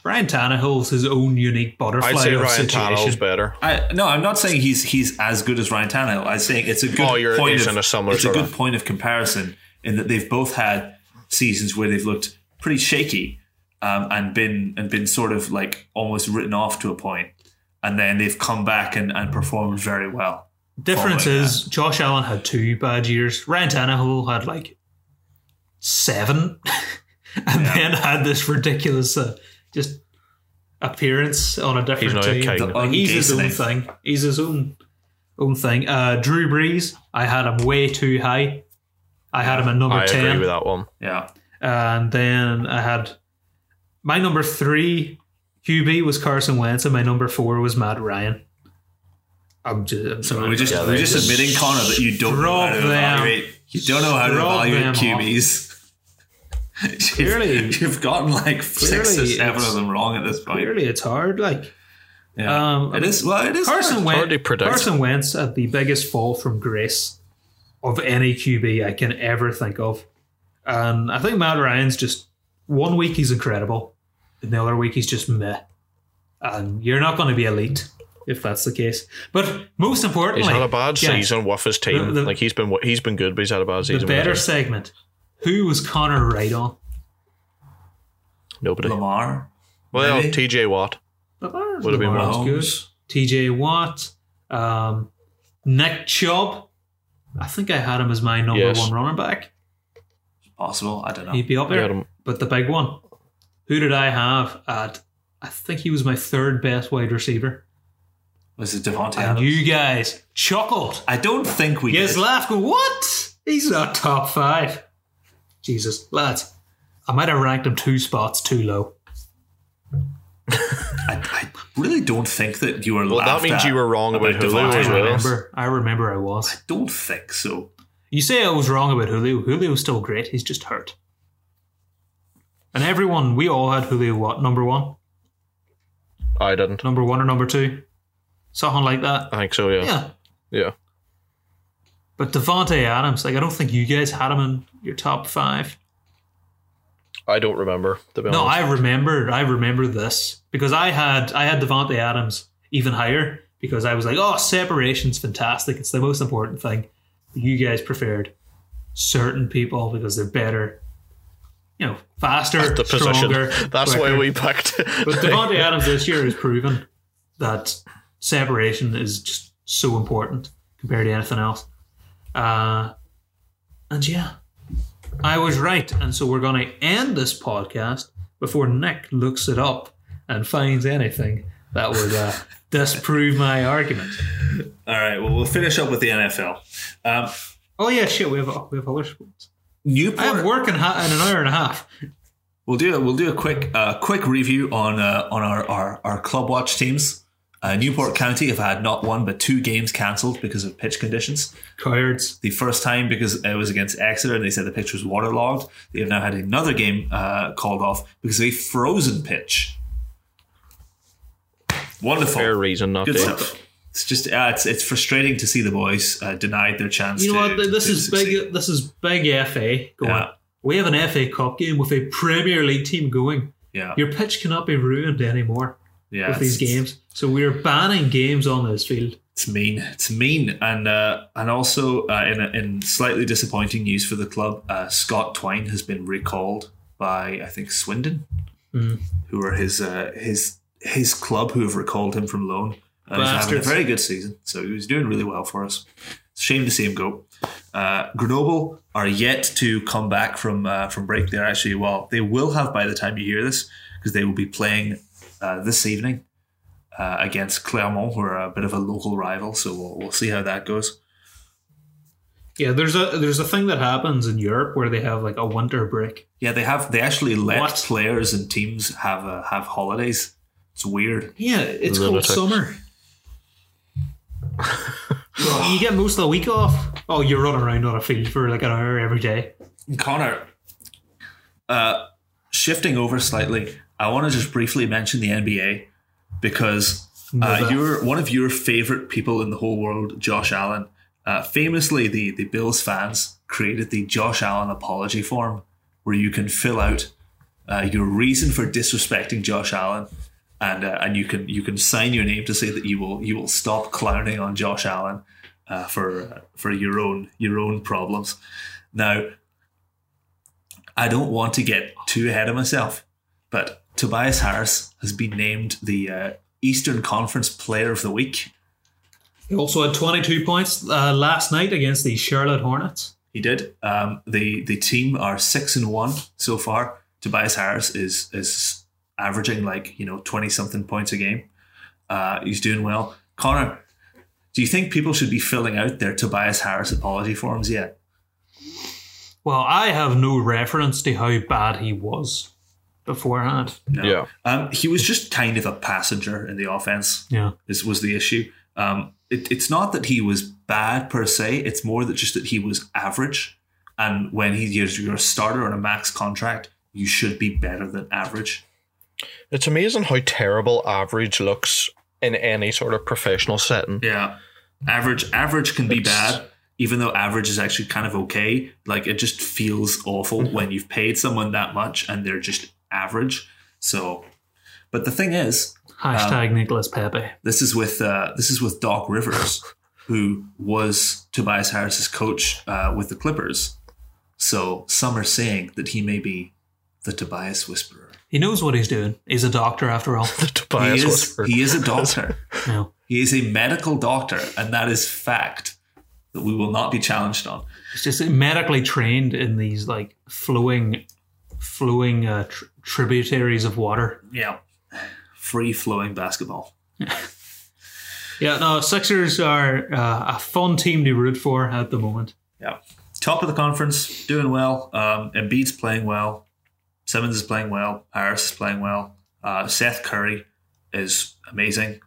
Ryan Tannehill's his own unique butterfly
I'd say
of
Ryan Tannehill's
situation.
better.
I no, I'm not saying he's he's as good as Ryan Tannehill. I'm saying it's a good
Oh, you're-
point
he's
of
in a similar
it's
sort
a
of-
good point of comparison in that they've both had seasons where they've looked pretty shaky um, and been and been sort of like almost written off to a point, and then they've come back and, and performed very well.
Difference
following
is Josh Allen had two bad years. Ryan Tannehill had like seven, and
Yeah.
then had this ridiculous uh, just appearance on a different
not a
team.
king.
Like, he's his own
Unchastening.
thing. He's his own own thing. Uh, Drew Brees, I had him way too high. I had him at number
I
ten.
agree with that one.
Yeah,
And then I had my number three QB was Carson Wentz, and my number four was Matt Ryan. I'm just, I'm
so
sorry.
we're just
Yeah,
we're
they
just
just
admitting Connor that you don't know how to
drop them.
evaluate. You don't know how to
Drop them
evaluate
off.
QBs. You've-
Clearly-
you've gotten like six or
clearly
seven
it's-
of them wrong at this point.
clearly it's hard. Like
Yeah.
um,
it is. Well, it is
Carson
hard.
hard to
Wentz,
predict.
Carson Wentz had the biggest fall from grace of any QB I can ever think of, and I think Matt Ryan's just one week he's incredible, and the other week he's just meh, and you're not going to be elite if that's the case. But most importantly,
He's had a bad
yeah,
season with his team.
The- the-
like he's been he's been good, but he's had a bad
The
season. with
better
his team.
segment. Who was Connor right on?
Nobody.
Lamar.
well,
maybe?
T.J. Watt.
Lamar's
Would have been
Lamar's
Mahomes.
good. TJ Watt, um, Nick Chubb. I think I had him as my number
Yes.
one running back.
Possible. I don't know.
He'd be up
I
there.
had him.
But the big one. Who did I have at? I think he was my third best wide receiver.
Was it Devontae
And
Adams?
you guys chuckled.
I don't think we
You guys
did.
laughed. going, What? He's not top five. Jesus, lads. I might have ranked him two spots too low.
I, I really don't think that you were.
Well, that
laughed
means
at
you were wrong about Hulu
Devontae
as
I
well.
Adams.
remember. I remember I was.
Don't think so.
You say I was wrong about Julio. Julio's still great. He's just hurt. And everyone, we all had Julio what number one,
I didn't.
number one or number two, something like that.
I think so. Yeah.
Yeah.
Yeah.
But Devonte Adams, like I don't think you guys had him in your top five.
I don't remember. To be
No,
honest.
I remember. I remember this because I had I had Devonte Adams even higher because I was like, oh, separation's fantastic. It's the most important thing. But you guys preferred certain people because they're better, you know, faster,
the position.
stronger.
That's why
quicker.
we picked.
But Devonte Adams this year has proven that separation is just so important compared to anything else. Uh, and yeah, I was right. And so we're going to end this podcast before Nick looks it up and finds anything that would uh, disprove my argument.
All right. Well, we'll finish up with the NFL. Um,
Oh yeah, shit. We have we have other sports. I have
Newport.
work in, ha- in an hour and a half.
We'll do a, we'll do a quick uh, quick review on uh, on our, our our club watch teams. Uh, Newport County have had not one but two games cancelled because of pitch conditions.
Cowards.
The first time because it was against Exeter and they said the pitch was waterlogged. They have now had another game uh, called off because of a frozen pitch. Wonderful,
Fair reason not
good
to.
stuff. It's just uh, it's it's frustrating to see the boys uh, denied their chance.
You know
to-
what? This
to
is
succeed.
big. This is big FA going.
Yeah.
We have an FA Cup game with a Premier League team going.
Yeah,
Your pitch cannot be ruined anymore
yeah.
with these
it's- it's-
games. So we are banning games on this field.
It's mean. It's mean, and uh, and also uh, in in slightly disappointing news for the club, uh, Scott Twine has been recalled by I think Swindon, who are his uh, his his club who have recalled him from loan. Uh, he's having a
Bastards.
very good season, so he was doing really well for us. It's a shame to see him go. Uh, Grenoble are yet to come back from uh, from break. They're actually well, they will have by the time you hear this because they will be playing uh, this evening uh, against Clermont, who are a bit of a local rival. So we'll, we'll see how that goes.
Yeah, there's a there's a thing that happens in Europe where they have like a winter break.
Yeah, they have they actually let
What?
players and teams have uh, have holidays. It's weird.
Yeah, it's
Lunatics.
called summer. you get most of the week off. Oh, you run around on a field for like an hour every day.
Connor, uh, shifting over slightly, I want to just briefly mention the NBA because uh,
Never.
you're one of your favorite people in the whole world, Josh Allen. Uh, famously, the the Bills fans created the Josh Allen apology form, where you can fill out uh, your reason for disrespecting Josh Allen, and uh, and you can you can sign your name to say that you will you will stop clowning on Josh Allen uh, for uh, for your own your own problems. Now, I don't want to get too ahead of myself, but Tobias Harris has been named the uh, Eastern Conference Player of the Week.
He also had 22 points uh, last night against the Charlotte Hornets.
He did. Um, the the team are six and one so far. Tobias Harris is is averaging like you know twenty something points a game. Uh, he's doing well. Connor, do you think people should be filling out their Tobias Harris apology forms yet?
Well, I have no reference to how bad he was beforehand.
No.
Yeah.
Um, he was just kind of a passenger in the offense.
Yeah.
is was the issue. Um, it, it's not that he was bad per se. It's more that just that he was average. And when he you're, you're a starter on a max contract, you should be better than average.
It's amazing how terrible average looks in any sort of professional setting.
Yeah, average average can be
It's-
bad, even though average is actually kind of okay. Like it just feels awful when you've paid someone that much and they're just average. So, but the thing is,
Hashtag
Um,
Nicholas Pepe.
This is with uh, this is with Doc Rivers, who was Tobias Harris's coach uh, with the Clippers. So some are saying that he may be the Tobias Whisperer.
He knows what he's doing. He's a doctor after all.
The
He
Tobias
is,
Whisperer.
he is a doctor.
No.
he is a medical doctor, and that is fact that we will not be challenged on.
He's just medically trained in these like flowing, flowing uh, tr- tributaries of water.
Yeah, free flowing basketball.
Yeah, no, Sixers are uh, a fun team to root for at the moment.
Yeah, top of the conference, doing well. Um, Embiid's playing well. Simmons is playing well. Harris is playing well. Uh, Seth Curry is amazing.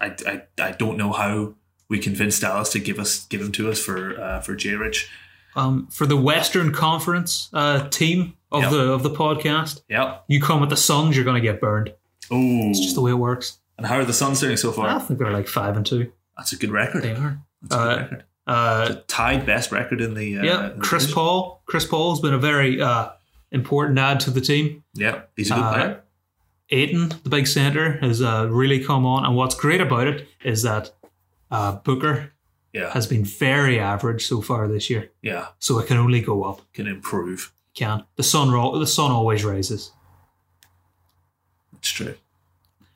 I, I, I don't know how we convinced Dallas to give us give him to us for uh, for J Rich.
Um, for the Western Conference uh, team of
Yep.
the of the podcast,
Yep.
you come with the Suns, you're going to get burned.
Oh.
It's just the way it works.
And how are the Suns doing so
I
far?
think they're like five and two.
That's a good record.
They are.
That's a good
Uh,
record.
uh,
The tied best record in the. Uh,
yeah,
in the
Chris
division.
Paul. Chris Paul's been a very uh, important add to the team.
Yeah, he's a good
Uh,
player.
Aiton, the big center, has uh, really come on. And what's great about it is that uh, Booker
Yeah,
has been very average so far this year,
yeah,
so it can only go up.
can improve.
Can the sun ro- the sun always rises,
It's true.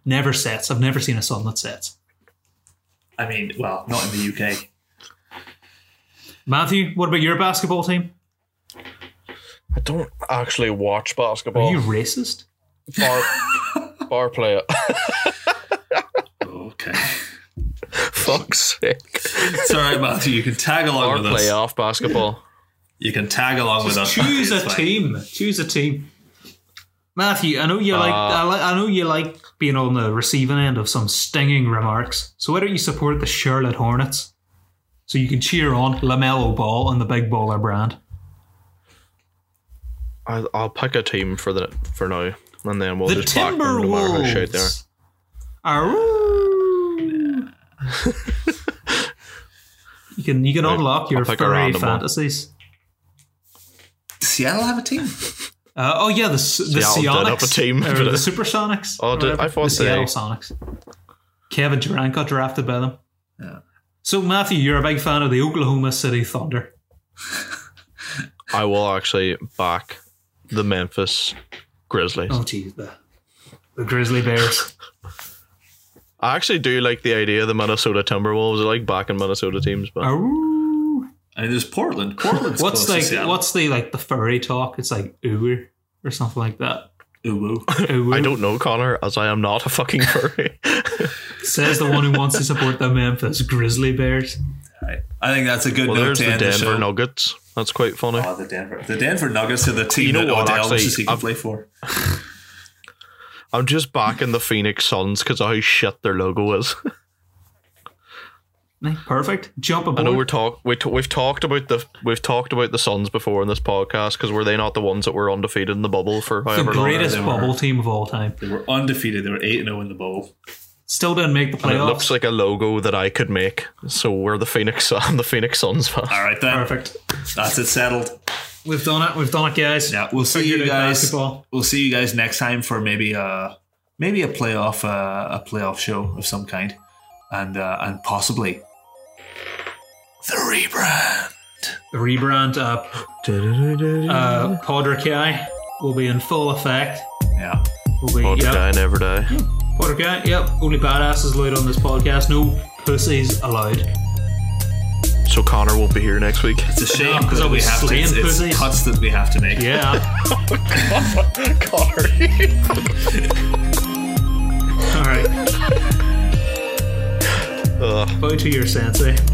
never sets. I've never seen a sun that sets.
I mean, well, not in the UK.
Matthew, what about your basketball team?
I don't actually watch
Are
basketball.
you racist?
Bar, bar play it.
okay.
Fuck's sake.
Sorry, Matthew. You can tag along
Bar
with us.
playoff basketball.
You can tag along with us.
Choose a
It's fine.
team. Choose a team. Matthew, I know you like
Ah.
I, li- I know you like being on the receiving end of some stinging remarks. So why don't you support the Charlotte Hornets? So you can cheer on Lamelo Ball and the Big Baller brand.
I, I'll pick a team for the for now, and then we'll
the
just back them no matter how shit they are.
Timberwolves are. you can you can
Right,
unlock your
I'll pick a
furry
random one.
fantasies.
Seattle have a team.
Uh, oh yeah, the S- the
Seattle did up a
Sonics
team
or
for
the
the-
Supersonics.
Oh,
or
did- I
whatever.
thought
the Seattle
they-
Sonics. Kevin Durant got drafted by them.
Yeah.
So Matthew, you're a big fan of the Oklahoma City Thunder.
I will actually back the Memphis Grizzlies.
Oh geez, the, the Grizzly Bears.
I actually do like the idea of the Minnesota Timberwolves. I like backing Minnesota teams, but
Aroo.
I mean, there's Portland. Portland's
Oh. what's
close to
like
Seattle.
what's the like the furry talk? It's like ooh or something like that.
Uwu.
I don't know, Connor, as I am not a fucking furry.
Says the one who wants to support the Memphis Grizzly Bears.
Right. I think that's a good
well,
note
there's
to
the
end the
Denver
show.
Nuggets. That's quite funny.
Uh,
Oh, the Denver, the Denver Nuggets are the team
You know
that
what,
Odell
actually,
wishes he could
I've-
play for.
I'm just backing the Phoenix Suns because of how shit their logo is.
Nice, Perfect. Jump
I
aboard.
know we're talk we t- we've talked about the we've talked about the Suns before in this podcast because were they not the ones that were undefeated in the bubble for
the
however long?
greatest
they were.
bubble team of all time.
They were undefeated. They were eight and zero in the bowl.
Still didn't make the
And
playoffs.
it looks like a logo that I could make. So we're the Phoenix. I'm the Phoenix Suns fan.
All right, then.
Perfect.
That's it settled.
We've done it. We've done it, guys.
Yeah, we'll see
Figured
you
out
guys.
basketball.
We'll see you guys next time for maybe a maybe a playoff uh, a playoff show of some kind, and uh, and possibly the rebrand.
Rebrand up. Uh, Podrick Guy will be in full effect.
Yeah.
Will be,
Or
yep.
die, never die.
Podrick Guy, yep. Only badasses allowed on this podcast. No pussies allowed.
So Connor won't be here next week.
It's a shame
Yeah, 'cause
because
I'll
we
be
have to, it's,
slaying
it's
pussies.
cuts that we have to make.
Yeah.
Connor.
all right.
Ugh.
Bow to your sensei.